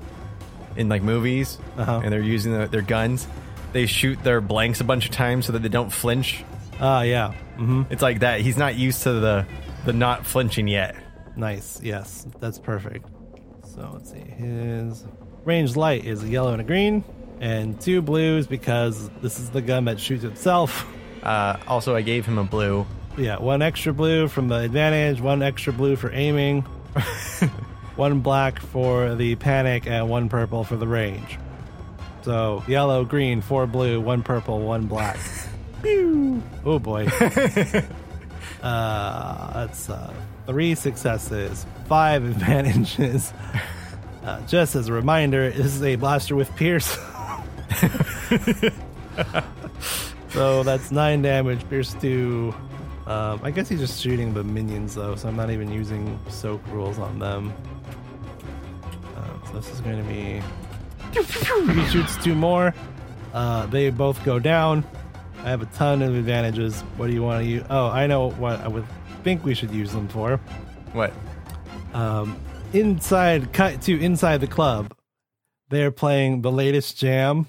[SPEAKER 2] in like movies,
[SPEAKER 4] Uh-huh.
[SPEAKER 2] and they're using their, their guns, they shoot their blanks a bunch of times so that they don't flinch.
[SPEAKER 4] Ah, yeah. hmm
[SPEAKER 2] It's like that. He's not used to the the not flinching yet.
[SPEAKER 4] Nice. Yes, that's perfect. So let's see. His range light is a yellow and a green, and two blues because this is the gun that shoots itself.
[SPEAKER 2] Uh, also, I gave him a blue.
[SPEAKER 4] Yeah, one extra blue from the advantage, one extra blue for aiming. one black for the panic, and one purple for the range. So yellow, green, four blue, one purple, one black. Pew! Oh boy. uh, that's uh, three successes, five advantages. Uh, just as a reminder, this is a blaster with Pierce. so that's nine damage, Pierce two. Um, I guess he's just shooting the minions though, so I'm not even using soak rules on them. Um, so this is going to be. He shoots two more. Uh, they both go down. I have a ton of advantages. What do you want to use? Oh, I know what I would think we should use them for.
[SPEAKER 2] What?
[SPEAKER 4] Inside, cut to inside the club. They're playing the latest jam,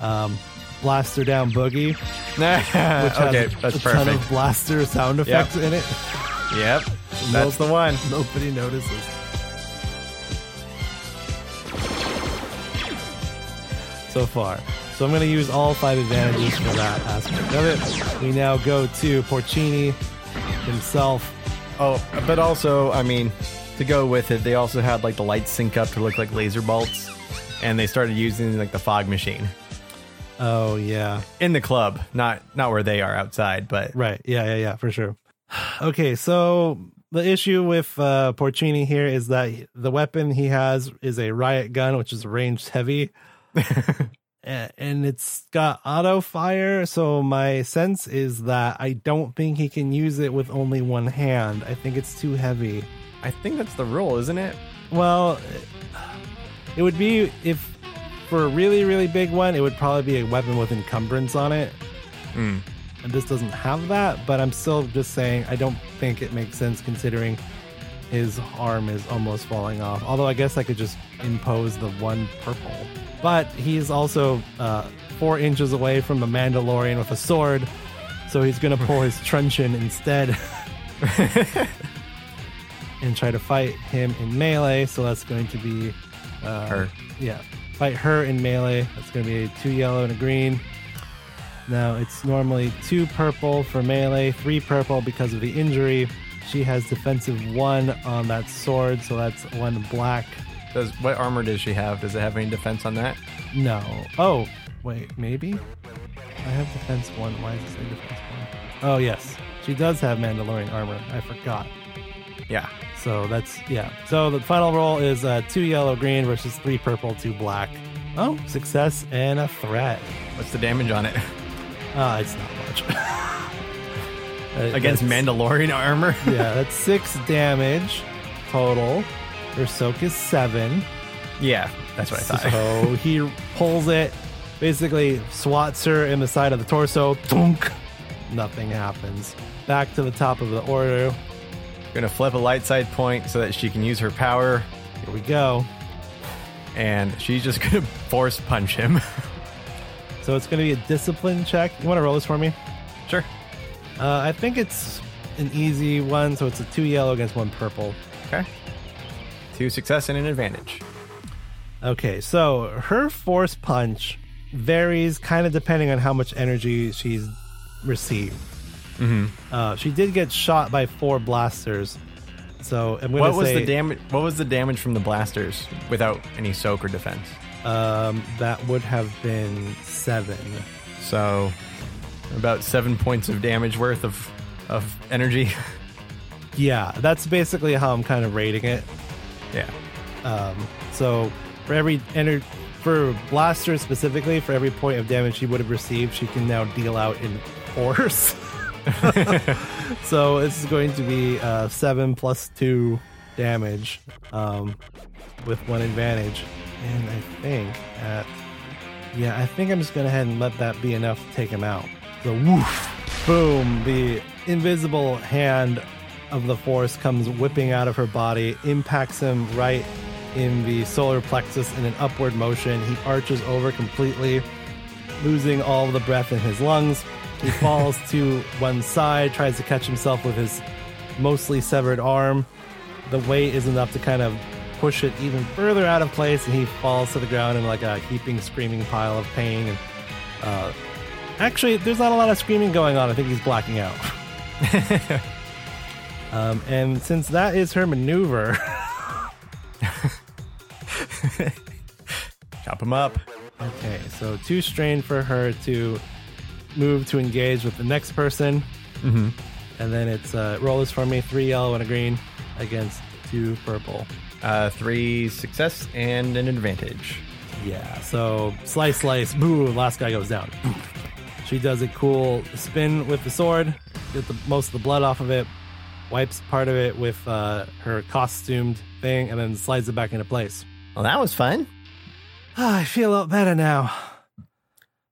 [SPEAKER 4] um, Blaster Down Boogie, which
[SPEAKER 2] okay,
[SPEAKER 4] has a,
[SPEAKER 2] that's
[SPEAKER 4] a ton
[SPEAKER 2] perfect.
[SPEAKER 4] of blaster sound effects in it.
[SPEAKER 2] Yep, that's the one.
[SPEAKER 4] Nobody notices. So far. So I'm going to use all five advantages for that aspect of it. We now go to Porcini himself.
[SPEAKER 2] Oh, but also, I mean, to go with it, they also had like the lights sync up to look like laser bolts, and they started using like the fog machine
[SPEAKER 4] Oh, yeah.
[SPEAKER 2] in the club, not not where they are outside, but
[SPEAKER 4] Right. Yeah, yeah, yeah, for sure. Okay, so the issue with uh, Porcini here is that the weapon he has is a riot gun, which is ranged heavy. A- and it's got auto fire, so my sense is that I don't think he can use it with only one hand. I think it's too heavy.
[SPEAKER 2] I think that's the rule, isn't it?
[SPEAKER 4] Well, it would be if for a really, really big one, it would probably be a weapon with encumbrance on it. And this doesn't have that, but I'm still just saying I don't think it makes sense considering his arm is almost falling off. Although I guess I could just impose the one purple. But he's also uh, four inches away from the Mandalorian with a sword, so he's gonna pull his truncheon instead and try to fight him in melee. So that's going to be uh,
[SPEAKER 2] Her.
[SPEAKER 4] Yeah, fight her in melee. That's going to be a two yellow and a green. Now it's normally two purple for melee, three purple because of the injury. She has defensive one on that sword, so that's one black.
[SPEAKER 2] Does what armor does she have? Does it have any defense on that?
[SPEAKER 4] No. Oh, wait, maybe? I have defense one. Why is it say defense one? Oh, yes. She does have Mandalorian armor. I forgot.
[SPEAKER 2] Yeah.
[SPEAKER 4] So that's yeah. So the final roll is uh, two yellow green versus three purple, two black. Oh, success and a threat.
[SPEAKER 2] What's the damage on it
[SPEAKER 4] Uh, it's not much. Uh,
[SPEAKER 2] against
[SPEAKER 4] that's-
[SPEAKER 2] Mandalorian armor?
[SPEAKER 4] yeah, that's six damage total. Your soak is seven.
[SPEAKER 2] yeah, that's what I thought.
[SPEAKER 4] So he pulls it, basically swats her in the side of the torso. Thunk. Nothing happens. Back to the top of the order.
[SPEAKER 2] Gonna flip a light side point so that she can use her power,
[SPEAKER 4] Here we go.
[SPEAKER 2] and she's just gonna force punch him.
[SPEAKER 4] So it's going to be a discipline check. You want to roll this for me?
[SPEAKER 2] sure.
[SPEAKER 4] Uh, I think it's an easy one, so it's a two yellow against one purple.
[SPEAKER 2] Okay. Two success and an advantage.
[SPEAKER 4] Okay, so her force punch varies kind of depending on how much energy she's received.
[SPEAKER 2] Mm-hmm.
[SPEAKER 4] Uh, she did get shot by four blasters, so I'm gonna
[SPEAKER 2] What was
[SPEAKER 4] say
[SPEAKER 2] the damage? What was the damage from the blasters without any soak or defense?
[SPEAKER 4] um, that would have been seven.
[SPEAKER 2] So, about seven points of damage worth of of energy.
[SPEAKER 4] Yeah, that's basically how I'm kind of rating it.
[SPEAKER 2] yeah.
[SPEAKER 4] Um, so for every ener- for blaster specifically, for every point of damage she would have received, she can now deal out in force. so this is going to be uh, seven plus two damage um, with one advantage, and I think that yeah, I think I'm just going ahead and let that be enough to take him out. The woof, boom, the invisible hand of the force comes whipping out of her body, impacts him right in the solar plexus in an upward motion. He arches over completely, losing all the breath in his lungs. He falls to one side, tries to catch himself with his mostly severed arm. The weight is enough to kind of push it even further out of place, and he falls to the ground in like a heaping, screaming pile of pain. And uh, actually, there's not a lot of screaming going on. I think he's blacking out. um, and since that is her maneuver,
[SPEAKER 1] Chop him up.
[SPEAKER 4] Okay, so two strain for her to move to engage with the next person. Mm-hmm. And then it's uh, roll this for me three yellow and a green against two purple.
[SPEAKER 1] Uh, three success and an advantage.
[SPEAKER 4] Yeah, so slice, slice, boo, last guy goes down. She does a cool spin with the sword, get the, most of the blood off of it, wipes part of it with uh, her costumed thing, and then slides it back into place.
[SPEAKER 2] Well, that was fun.
[SPEAKER 4] Ah, I feel a lot better now.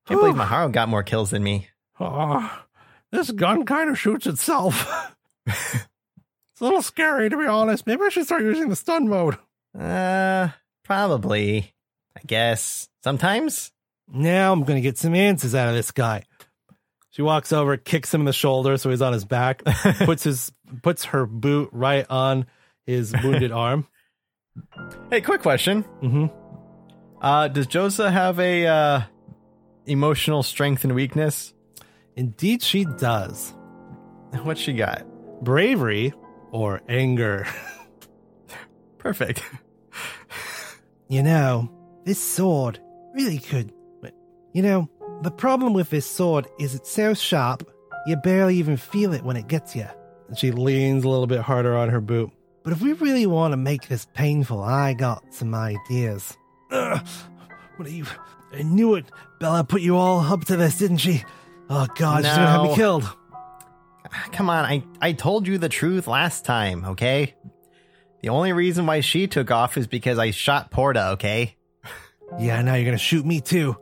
[SPEAKER 2] Can't believe Maharo got more kills than me.
[SPEAKER 4] Oh, this gun kind of shoots itself. it's a little scary, to be honest. Maybe I should start using the stun mode.
[SPEAKER 2] Uh, probably. I guess. Sometimes?
[SPEAKER 4] Now I'm going to get some answers out of this guy. She walks over, kicks him in the shoulder so he's on his back, puts his puts her boot right on his wounded arm.
[SPEAKER 1] Hey, quick question.
[SPEAKER 2] Mm-hmm.
[SPEAKER 4] hmm
[SPEAKER 1] Uh, does Josa have a uh, emotional strength and weakness?
[SPEAKER 4] Indeed, she does.
[SPEAKER 1] What she got?
[SPEAKER 4] Bravery or anger.
[SPEAKER 1] Perfect.
[SPEAKER 4] You know, this sword really could. You know, the problem with this sword is it's so sharp, you barely even feel it when it gets you. And she leans a little bit harder on her boot. But if we really want to make this painful, I got some ideas. Ugh, what are you? I knew it. Bella put you all up to this, didn't she? Oh God, she's gonna have me
[SPEAKER 2] No.
[SPEAKER 4] killed.
[SPEAKER 2] Come on, I, I told you the truth last time, okay? The only reason why she took off is because I shot Porta, okay?
[SPEAKER 4] Yeah, now you're gonna shoot me too.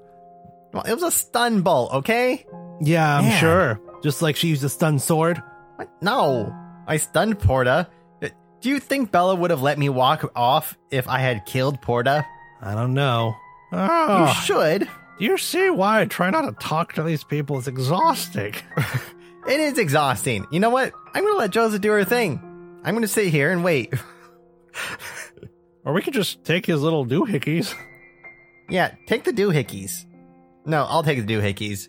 [SPEAKER 2] Well, it was a stun bolt, okay?
[SPEAKER 4] Yeah, I'm
[SPEAKER 2] Man.
[SPEAKER 4] sure. Just like she used a stun sword.
[SPEAKER 2] What? No, I stunned Porta. Uh, Do you think Bella would have let me walk off if I had killed Porta?
[SPEAKER 4] I don't know.
[SPEAKER 2] You
[SPEAKER 4] Oh,
[SPEAKER 2] should.
[SPEAKER 4] Do you see why I try not to talk to these people? It's exhausting.
[SPEAKER 2] It is exhausting. You know what? I'm gonna let Joseph do her thing. I'm gonna sit here and wait.
[SPEAKER 4] or we could just take his little doohickeys.
[SPEAKER 2] yeah, take the doohickeys. No, I'll take the doohickeys.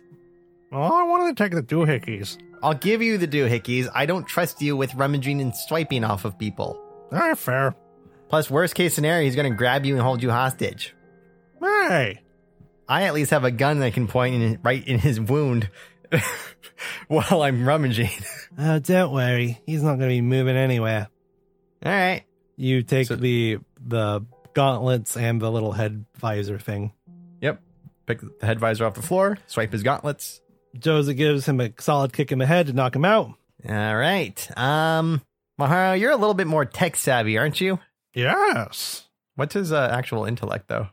[SPEAKER 4] Oh, I wanted to take the doohickeys.
[SPEAKER 2] I'll give you the doohickeys. I don't trust you with rummaging and swiping off of people.
[SPEAKER 4] All right, fair.
[SPEAKER 2] Plus, worst case scenario, he's gonna grab you and hold you hostage.
[SPEAKER 4] Hey,
[SPEAKER 2] I at least have a gun that can point in, right in his wound while I'm rummaging.
[SPEAKER 4] Oh, don't worry. He's not going to be moving anywhere.
[SPEAKER 2] All right.
[SPEAKER 4] You take
[SPEAKER 1] So-
[SPEAKER 4] the the gauntlets and the little head visor thing.
[SPEAKER 1] Yep. Pick the head visor off the floor, swipe his gauntlets.
[SPEAKER 4] Joseph gives him a solid kick in the head to knock him out.
[SPEAKER 2] All right. Um, Maharo, you're a little bit more tech savvy, aren't you?
[SPEAKER 4] Yes.
[SPEAKER 1] What's his uh, actual intellect, though?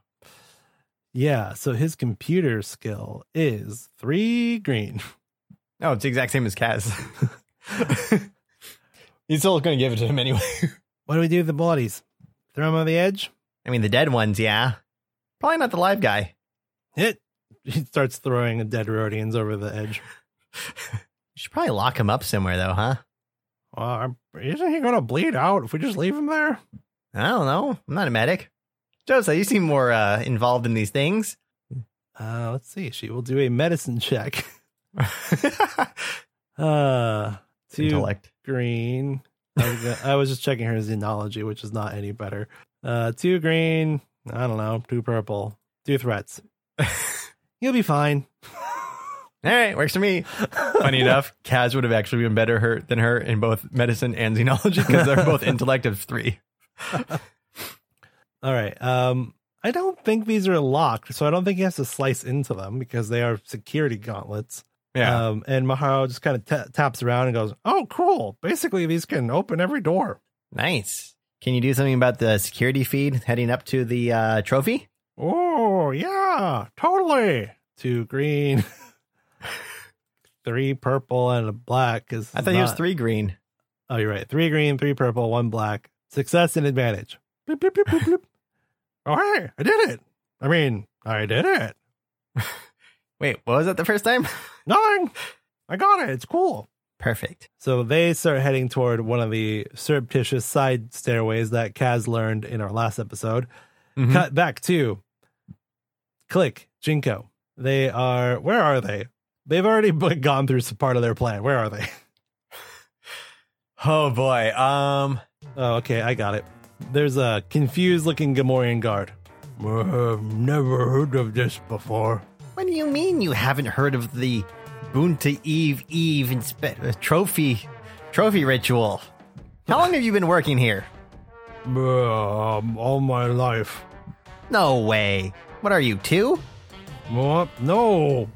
[SPEAKER 4] Yeah, so his computer skill is three green.
[SPEAKER 1] Oh, it's the exact same as Kaz. He's still going to give it to him anyway.
[SPEAKER 4] What do we do with the bodies? Throw them on the edge?
[SPEAKER 2] I mean, the dead ones, yeah. Probably not the live guy.
[SPEAKER 4] Hit. He starts throwing dead Rhodians over the edge.
[SPEAKER 2] You should probably lock him up somewhere, though, huh?
[SPEAKER 4] Uh, isn't he going to bleed out if we just leave him there?
[SPEAKER 2] I don't know. I'm not a medic. Joseph, you seem more uh, involved in these things.
[SPEAKER 4] Uh, let's see. She will do a medicine check. Uh, two
[SPEAKER 1] intellect.
[SPEAKER 4] green. I was, gonna- I was just checking her xenology, which is not any better. Uh, two green. I don't know. Two purple. Two threats. You'll be fine.
[SPEAKER 2] All right, works for me.
[SPEAKER 1] Funny enough, Kaz would have actually been better her, than her in both medicine and xenology because they're both intellect of three.
[SPEAKER 4] All right. Um, I don't think these are locked, so I don't think he has to slice into them because they are security gauntlets.
[SPEAKER 1] Yeah.
[SPEAKER 4] Um, and Maharo just kind of ta- taps around and goes, "Oh, cool! Basically, these can open every door."
[SPEAKER 2] Nice. Can you do something about the security feed heading up to the uh, trophy?
[SPEAKER 4] Oh yeah, totally. Two green, three purple, and a black. Because
[SPEAKER 1] I thought he was three green.
[SPEAKER 4] Oh, you're right. Three green, three purple, one black. Success and advantage. Bloop, bloop, bloop, bloop, bloop. Oh hey, I did it. I mean, I did it.
[SPEAKER 2] Wait, what was that the first time?
[SPEAKER 4] Nothing. I got it. It's cool.
[SPEAKER 2] Perfect.
[SPEAKER 4] So they start heading toward one of the surreptitious side stairways that Kaz learned in our last episode.
[SPEAKER 1] Mhm.
[SPEAKER 4] Cut back to Click, Jinko. They are, where are they? They've already b- gone through some part of their plan. Where are they?
[SPEAKER 1] Oh, boy. Um,
[SPEAKER 4] Oh, okay. I got it. There's a confused looking Gamorrean guard. I have never heard of this before.
[SPEAKER 2] What do you mean you haven't heard of the Bunta Eve Eve inspe- uh, trophy trophy ritual? How long have you been working here?
[SPEAKER 4] Um, all my life.
[SPEAKER 2] No way. What are you, two?
[SPEAKER 4] What? No.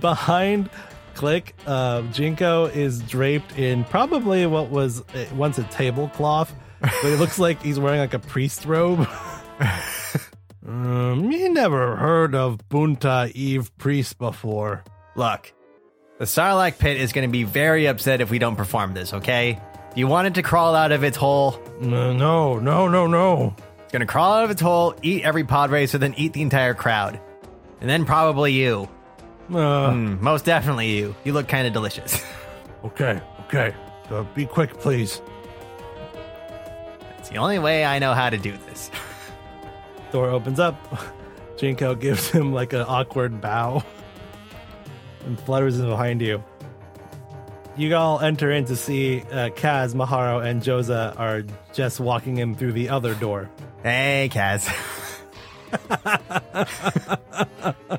[SPEAKER 4] Behind Click, uh, Jinko is draped in probably what was uh, once a tablecloth, but it looks like he's wearing like a priest robe. um, you never heard of Bunta Eve priest before.
[SPEAKER 2] Look, the Sarlacc pit is going to be very upset if we don't perform this, okay? You want it to crawl out of its hole?
[SPEAKER 4] No, Uh, no, no, no, no.
[SPEAKER 2] It's going to crawl out of its hole, eat every pod racer, then eat the entire crowd. And then probably you.
[SPEAKER 4] Uh,
[SPEAKER 2] Mm, most definitely you. You look kind of delicious.
[SPEAKER 4] Okay, okay. Uh, be quick, please.
[SPEAKER 2] it's the only way I know how to do this.
[SPEAKER 4] Door opens up. Jinko gives him like an awkward bow and flutters in behind you. You all enter in to see uh, Kaz, Maharo, and Joza are just walking in through the other door.
[SPEAKER 2] Hey, Kaz.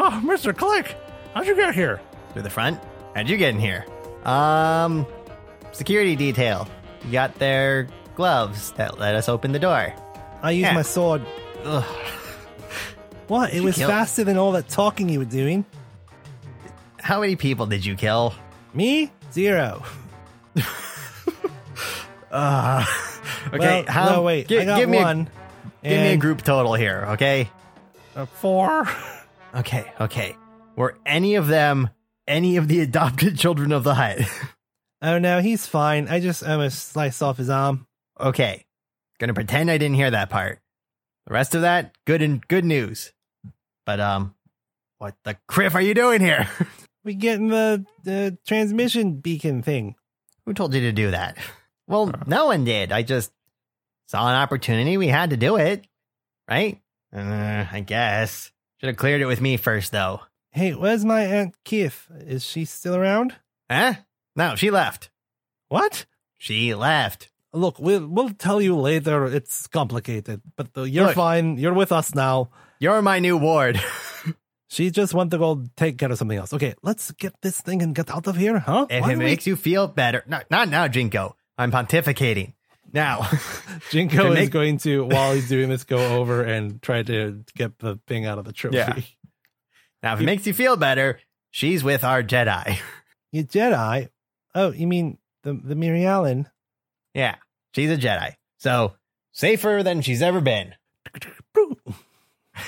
[SPEAKER 4] Oh, Mr. Click, how'd you get here?
[SPEAKER 2] Through the front? How'd you get in here? Um, security detail. You got their gloves that let us open the door.
[SPEAKER 4] I used
[SPEAKER 2] Yeah.
[SPEAKER 4] my sword.
[SPEAKER 2] Ugh.
[SPEAKER 4] What? It was
[SPEAKER 2] killed-
[SPEAKER 4] faster than all that talking you were doing.
[SPEAKER 2] How many people did you kill?
[SPEAKER 4] Me? Zero.
[SPEAKER 2] Okay,
[SPEAKER 4] Uh, Well,
[SPEAKER 2] how?
[SPEAKER 4] No, wait.
[SPEAKER 2] gi-
[SPEAKER 4] I got
[SPEAKER 2] give me
[SPEAKER 4] one.
[SPEAKER 2] A, give me a
[SPEAKER 4] and
[SPEAKER 2] group total here, okay?
[SPEAKER 4] a Uh, four.
[SPEAKER 2] Okay, okay. Were any of them any of the adopted children of the hut?
[SPEAKER 4] Oh no, he's fine. I just almost sliced off his arm.
[SPEAKER 2] okay, gonna pretend I didn't hear that part. The rest of that, good and good news. But um, what the criff are you doing here?
[SPEAKER 4] We getting the the transmission beacon thing.
[SPEAKER 2] Who told you to do that? Well, no one did. I just saw an opportunity. We had to do it, right? Uh, I guess. Should have cleared it with me first, though.
[SPEAKER 4] Hey, where's my aunt Kif? Is she still around?
[SPEAKER 2] Huh? No, she left.
[SPEAKER 4] What?
[SPEAKER 2] She left.
[SPEAKER 4] Look, we'll we'll tell you later. It's complicated, but the, you're
[SPEAKER 2] Look.
[SPEAKER 4] fine. You're with us now.
[SPEAKER 2] You're my new ward.
[SPEAKER 4] She just went to go take care of something else. Okay, let's get this thing and get out of here, huh?
[SPEAKER 2] If
[SPEAKER 4] Why
[SPEAKER 2] it
[SPEAKER 4] do we-
[SPEAKER 2] makes you feel better. No, not now, Jinko. I'm pontificating. Now, if
[SPEAKER 4] Jinko
[SPEAKER 2] it
[SPEAKER 4] is
[SPEAKER 2] make-
[SPEAKER 4] going to, while he's doing this, go over and try to get the thing out of the trophy.
[SPEAKER 1] Yeah.
[SPEAKER 2] now if it makes you feel better, she's with our Jedi.
[SPEAKER 4] You Jedi? Oh, you mean the the Miri Allen?
[SPEAKER 2] Yeah, she's a Jedi. So, safer than she's ever been.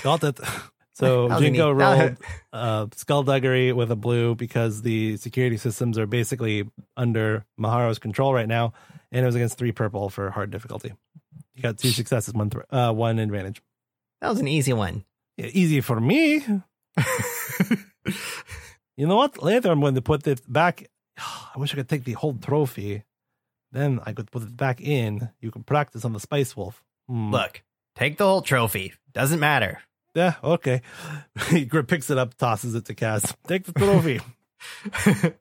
[SPEAKER 4] Got it. So
[SPEAKER 2] That was e-
[SPEAKER 4] Jinko
[SPEAKER 2] neat. That
[SPEAKER 4] rolled uh, skullduggery with a blue because the security systems are basically under Maharo's control right now, and it was against three purple for hard difficulty. You got two successes, one thr uh, one advantage.
[SPEAKER 2] That was an easy one.
[SPEAKER 4] Yeah, easy for me. you know what? Later I'm going to put it back. I wish I could take the whole trophy. Then I could put it back in. You can practice on the Spice Wolf. Hmm.
[SPEAKER 2] Look, take the whole trophy. Doesn't matter.
[SPEAKER 4] Yeah, okay. he gr- picks it up, tosses it to Cass. Take the trophy.
[SPEAKER 2] Fact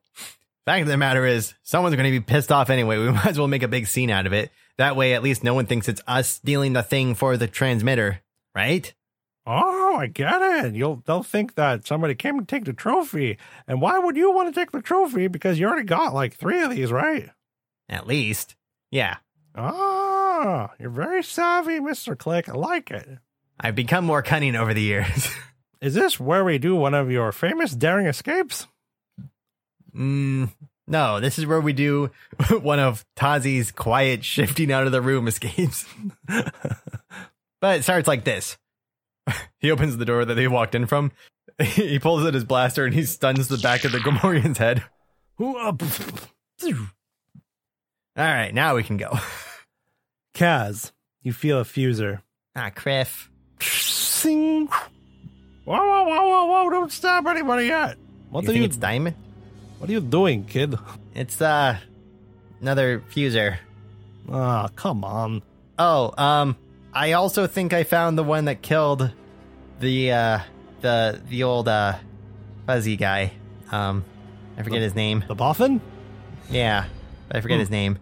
[SPEAKER 2] of the matter is, someone's going to be pissed off anyway. We might as well make a big scene out of it. That way, at least no one thinks it's us stealing the thing for the transmitter, right?
[SPEAKER 4] oh, I get it. You'll they'll think that somebody came to take the trophy. And why would you want to take the trophy? Because you already got like three of these, right?
[SPEAKER 2] At least. Yeah,
[SPEAKER 4] Ah, you're very savvy, Mr. Click. I like it.
[SPEAKER 2] I've become more cunning over the years.
[SPEAKER 4] Is this where we do one of your famous daring escapes?
[SPEAKER 2] mm, no, this is where we do one of Tazi's quiet shifting out of the room escapes. but it starts like this.
[SPEAKER 1] He opens the door that they walked in from. He pulls out his blaster and he stuns the back of the Gomorian's head.
[SPEAKER 4] Who up?
[SPEAKER 2] All right, now we can go.
[SPEAKER 4] Kaz, you feel a fuser.
[SPEAKER 2] Ah, Criff.
[SPEAKER 4] Sing. Whoa, whoa, whoa, whoa, whoa! Don't stab anybody yet. What
[SPEAKER 2] you
[SPEAKER 4] are
[SPEAKER 2] think
[SPEAKER 4] you?
[SPEAKER 2] it's diamond?
[SPEAKER 4] What are you doing, kid?
[SPEAKER 2] It's uh another fuser.
[SPEAKER 4] Ah, come on.
[SPEAKER 2] Oh, um I also think I found the one that killed the uh the the old uh fuzzy guy. Um I forget his name.
[SPEAKER 4] The boffin?
[SPEAKER 2] Yeah. I forget his name.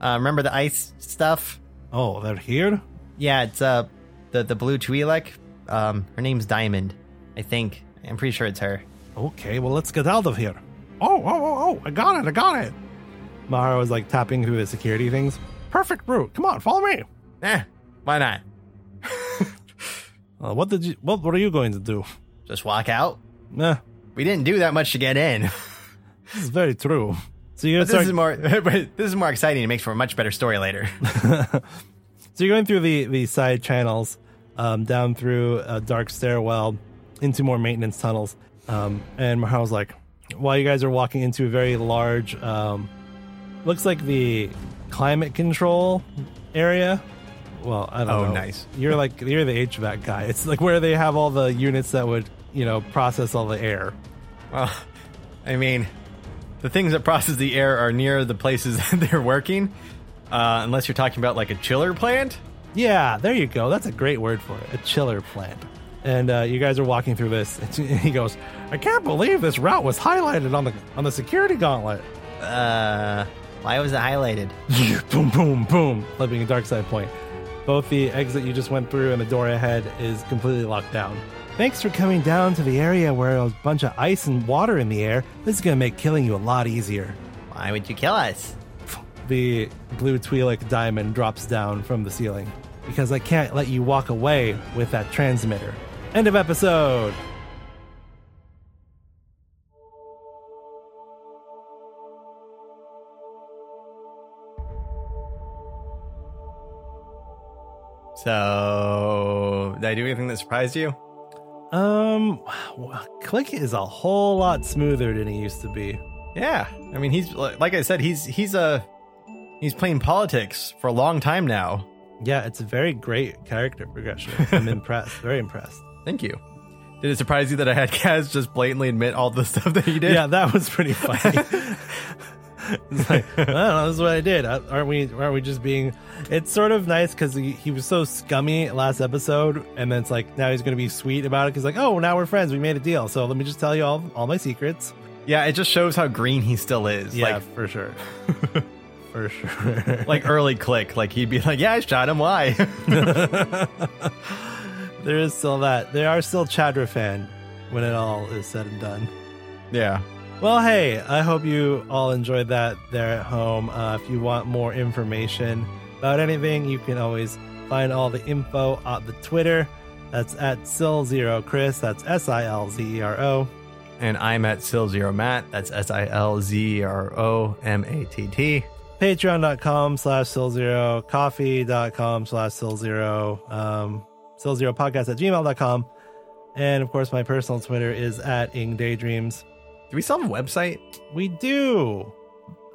[SPEAKER 2] Uh remember the ice stuff?
[SPEAKER 4] Oh, they're here?
[SPEAKER 6] Yeah, it's uh the the blue Twi'lek. Um, her name's Diamond, I think. I'm pretty sure it's her.
[SPEAKER 4] Okay, well, let's get out of here. Oh, oh, oh, oh, I got it, I got it. Mahara was like tapping through the security things. Perfect route. Come on, follow me.
[SPEAKER 6] Eh, why not?
[SPEAKER 4] Uh, what did you, what were you going to do?
[SPEAKER 6] Just walk out.
[SPEAKER 4] Eh,
[SPEAKER 6] We didn't do that much to get in.
[SPEAKER 4] this is very true. So you're,
[SPEAKER 6] But this
[SPEAKER 4] start,
[SPEAKER 6] is more. but this is more exciting. It makes for a much better story later.
[SPEAKER 4] so you're going through the, the side channels, um, down through a dark stairwell into more maintenance tunnels. Um, and Mahara was like, while you guys are walking into a very large, um, looks like the climate control area. Well, I don't
[SPEAKER 2] Oh,
[SPEAKER 4] know.
[SPEAKER 2] nice.
[SPEAKER 4] You're like you're the HVAC guy. It's like where they have all the units that would you know process all the air.
[SPEAKER 2] Well, Uh, I mean, the things that process the air are near the places that they're working, uh, unless you're talking about like a chiller plant.
[SPEAKER 4] Yeah, there you go. That's a great word for it. A chiller plant. And uh, you guys are walking through this. And he goes, "I can't believe this route was highlighted on the on the security gauntlet."
[SPEAKER 6] Uh, why was it highlighted?
[SPEAKER 4] boom, boom, boom. Flipping a dark side point. Both the exit you just went through and the door ahead is completely locked down. Thanks for coming down to the area where a bunch of ice and water in the air. This is gonna make killing you a lot easier.
[SPEAKER 6] Why would you kill us?
[SPEAKER 4] the blue Twi'lek diamond drops down from the ceiling because I can't let you walk away with that transmitter. End of episode.
[SPEAKER 2] So, did I do anything that surprised you?
[SPEAKER 4] Um, wow, Click is a whole lot smoother than he used to be.
[SPEAKER 2] Yeah, I mean, he's like I said, he's he's uh, he's playing politics for a long time now.
[SPEAKER 4] Yeah, it's a very great character progression. I'm impressed. Very impressed.
[SPEAKER 2] Thank you. Did it surprise you that I had Kaz just blatantly admit all the stuff that he did?
[SPEAKER 4] Yeah, that was pretty funny. it's like, I don't know, this is what I did. Uh, Aren't we? Aren't we just being? It's sort of nice because he, he was so scummy last episode, and then it's like now he's going to be sweet about it. Because like, oh, now we're friends. We made a deal. So let me just tell you all all my secrets.
[SPEAKER 2] Yeah, it just shows how green he still is. Like,
[SPEAKER 4] for sure, for sure.
[SPEAKER 2] like early click, like he'd be like, "Yeah, I shot him. Why?"
[SPEAKER 4] there is still that. They are still Chadra fan when it all is said and done.
[SPEAKER 2] yeah.
[SPEAKER 4] Well, hey, I hope you all enjoyed that there at home. Uh, if you want more information about anything, you can always find all the info on the Twitter. That's at Sil Zero Chris. That's S I L Z E R O.
[SPEAKER 2] And I'm at Sil Zero Matt. That's S I L Z E R O M A T T.
[SPEAKER 4] Patreon.com slash Sil Zero. Coffee.com slash Sil Zero. Um, Sil Zero Podcast at gmail.com. And of course, my personal Twitter is at Ing Daydreams.
[SPEAKER 2] Do we still have a website?
[SPEAKER 4] We do.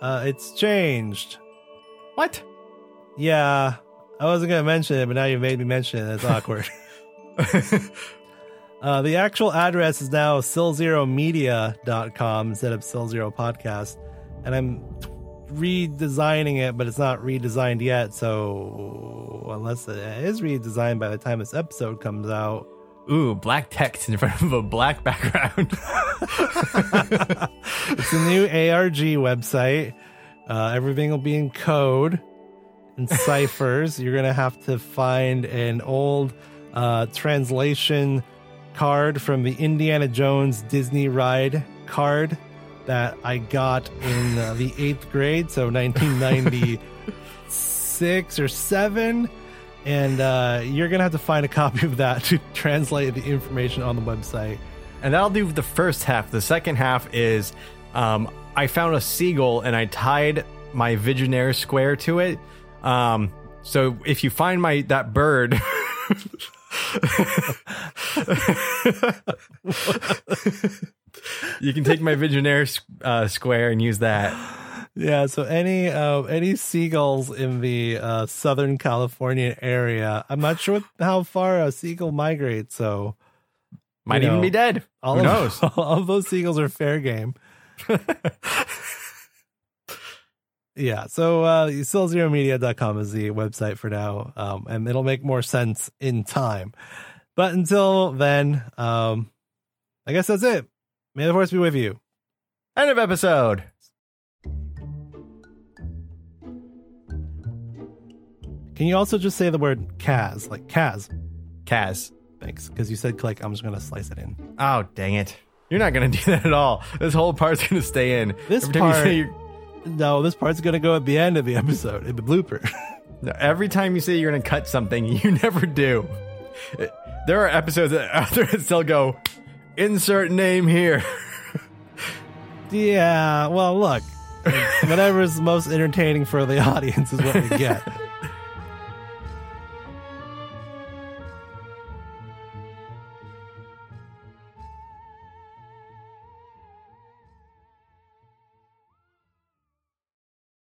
[SPEAKER 4] Uh, it's changed.
[SPEAKER 2] What?
[SPEAKER 4] Yeah, I wasn't gonna mention it, but now you made me mention it. That's awkward. uh, the actual address is now silzeromedia.com instead of silzero podcast, and I'm redesigning it, but it's not redesigned yet. So unless it is redesigned by the time this episode comes out,
[SPEAKER 2] Ooh, black text in front of a black background.
[SPEAKER 4] it's a new ARG website. Uh, everything will be in code and ciphers. You're going to have to find an old uh, translation card from the Indiana Jones Disney ride card that I got in uh, the eighth grade, so 1996 or seven. And uh, you're going to have to find a copy of that to translate the information on the website.
[SPEAKER 2] and that'll do the first half. The second half is um, I found a seagull and I tied my Visionaire square to it. Um, so if you find my that bird. you can take my Visionaire uh, square and use that.
[SPEAKER 4] Yeah, so any uh, any seagulls in the uh, Southern California area? I'm not sure how far a seagull migrates, so
[SPEAKER 2] Might
[SPEAKER 4] You
[SPEAKER 2] even
[SPEAKER 4] know,
[SPEAKER 2] be dead.
[SPEAKER 4] all
[SPEAKER 2] Who
[SPEAKER 4] of,
[SPEAKER 2] knows?
[SPEAKER 4] All of those seagulls are fair game. yeah, so uh, silzeromedia.com is the website for now, um, and it'll make more sense in time. But until then, um, I guess that's it. May the force be with you.
[SPEAKER 2] End of episode.
[SPEAKER 4] Can you also just say the word Kaz? Like Kaz.
[SPEAKER 2] Kaz.
[SPEAKER 4] Thanks. Because you said click. I'm just going to slice it in.
[SPEAKER 7] Oh, dang it.
[SPEAKER 2] You're not gonna do that at all. This whole part's gonna stay in.
[SPEAKER 4] This
[SPEAKER 2] every time you
[SPEAKER 4] part-
[SPEAKER 2] say you're-
[SPEAKER 4] No, this part's going to go at the end of the episode, in the blooper.
[SPEAKER 2] No, every time you say you're gonna cut something, you never do. It- There are episodes that after it still go, insert name here.
[SPEAKER 4] yeah, well, look. Whatever's most entertaining for the audience is what we get.